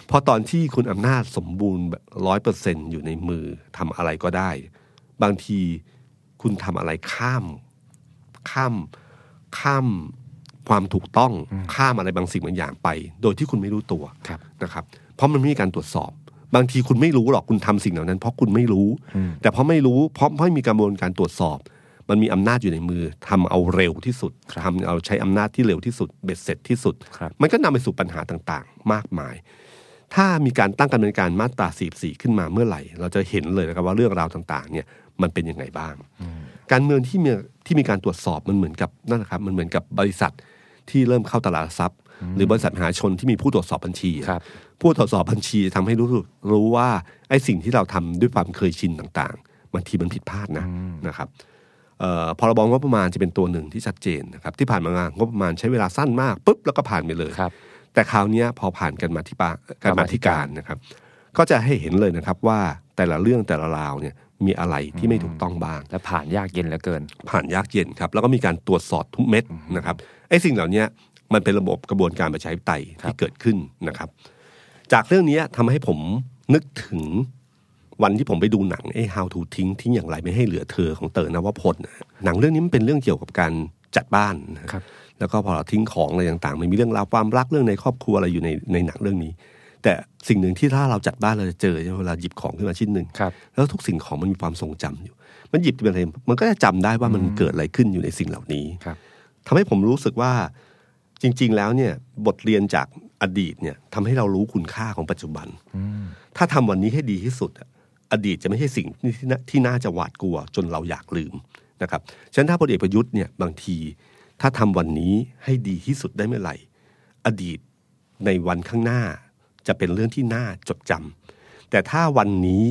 S2: เพราะตอนที่คุณอำนาจสมบูรณ์แบบร้อยเปอร์เซ็นอยู่ในมือทำอะไรก็ได้ บางทีคุณทำอะไรข้าม ข้ามข้ามความถูกต้องข้ามอะไรบางสิ่งบางอย่างไป โดยที่คุณไม่รู้ตัว
S3: ครับ
S2: นะครับเพราะมันไม่มีการตรวจสอบ บางทีคุณไม่รู้หรอกคุณทำสิ่งเหล่านั้น เพราะคุณไม่รู้ แต่เพราะไม่รู้ เพราะไม่มีกระบวนการตรวจสอบ มันมีอำนาจอยู่ในมือทำเอาเร็วที่สุดทำเอาใช้อำนาจที่เร็วที่สุดเบ็ดเสร็จที่สุด
S3: ครับ
S2: มันก็นำไปสู่ปัญหาต่างๆ มากมาย ถ้ามีการตั้งกรรมการมาตรา44 ขึ้นมาเมื่อไหร่ เราจะเห็นเลยนะครับว่าเรื่องราวต่างๆ เนี่ยมันเป็นยังไงบ้าง การเมืองที่มีที่มีการตรวจสอบมันเหมือนกับนั่นแหละครับมันเหมือนกับบริษัทที่เริ่มเข้าตลาดหลักทรัพย์ หรือบริษัทมหาชนที่มีผู้ตรวจสอบบัญชีอะ
S3: ครับ
S2: ผู้ตรวจสอบบัญชีทำให้รู้สึกรู้ว่าไอ้สิ่งที่เราทำด้วยความเคยชินต่างๆบางทีมันผิดพลาดนะนะครับเอ่อพรบงบประมาณจะเป็นตัวหนึ่งที่ชัดเจนนะครับที่ผ่านมางบประมาณใช้เวลาสั้นมากปุ๊บแล้วก็ผ่านไปเลย
S3: ครับ
S2: แต่คราวเนี้ยพอผ่านกันมาที่ปาการมาธิการนะครับ ก็จะให้เห็นเลยนะครับว่าแต่ละเรื่องแต่ละราวเนี่ยมีอะไรที่ไม่ถูกต้องบ้าง
S3: และผ่านยากเย็นเหลือเกิน
S2: ผ่านยากเย็นครับ แล้วก็มีการตรวจสอบทุกเม็ดนะครับไอ้สิ่งเหล่านี้มันเป็นระบบกระบวนการประชาธิปไตยที่เกิดขึ้นนะครับ จากเรื่องนี้ทำให้ผมนึกถึงวันที่ผมไปดูหนังไอ้ How to ทิ้งทิ้งอย่างไรไม่ให้เหลือเธอของเต๋อนวพลนะฮะหนังเรื่องนี้มันเป็นเรื่องเกี่ยวกับการจัดบ้านนะฮะ
S3: ครับ
S2: แล้วก็พอเราทิ้งของอะไรต่างๆ มันมีเรื่องราวความรักเรื่องในครอบครัวอะไรอยู่ในในหนังเรื่องนี้ แต่สิ่งหนึ่งที่ถ้าเราจัดบ้านเราจะเจอใช่ไหมเวลาหยิบของขึ้นมาชิ้นหนึ่ง
S3: ครับ
S2: แล้วทุกสิ่งของมันมีความทรงจำอยู่ มันหยิบเป็นอะไร มันก็จะจำได้ว่ามันเกิดอะไรขึ้นอยู่ในสิ่งเหล่านี้
S3: ครับ
S2: ทำให้ผมรู้สึกว่าจริง ๆ แล้วเนี่ยบทเรียนจากอดีตเนี่ยทำให้เรารู้คุณค่าของปัจจุบัน ถ้าทำวันนี้ให้ดีที่สุดอะอดีตจะไม่ใช่สิ่งที่ที่น่าที่น่าจะหวาดกลัว จนเราอยากลืมนะครับฉะนั้นถ้าพลเอกประยุทธ์เนี่ยบางที ถ้าทำวันนี้ให้ดีที่สุดได้เมื่อไหร่ อดีตในวันข้างหน้าจะเป็นเรื่องที่น่าจดจำแต่ถ้าวันนี้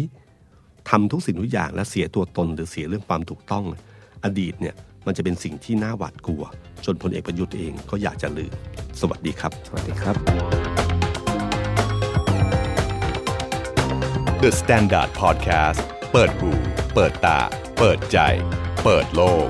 S2: ทำทุกสิ่งทุกอย่างและเสียตัวตนหรือเสียเรื่องความถูกต้อง อดีตเนี่ยมันจะเป็นสิ่งที่น่าหวาดกลัว จนพลเอกประยุทธ์เองก็อยากจะลืม สวัสดีครับ
S3: สวัสดีครับ
S1: The Standard Podcast เปิดหูเปิดตา เปิดใจ เปิดโลก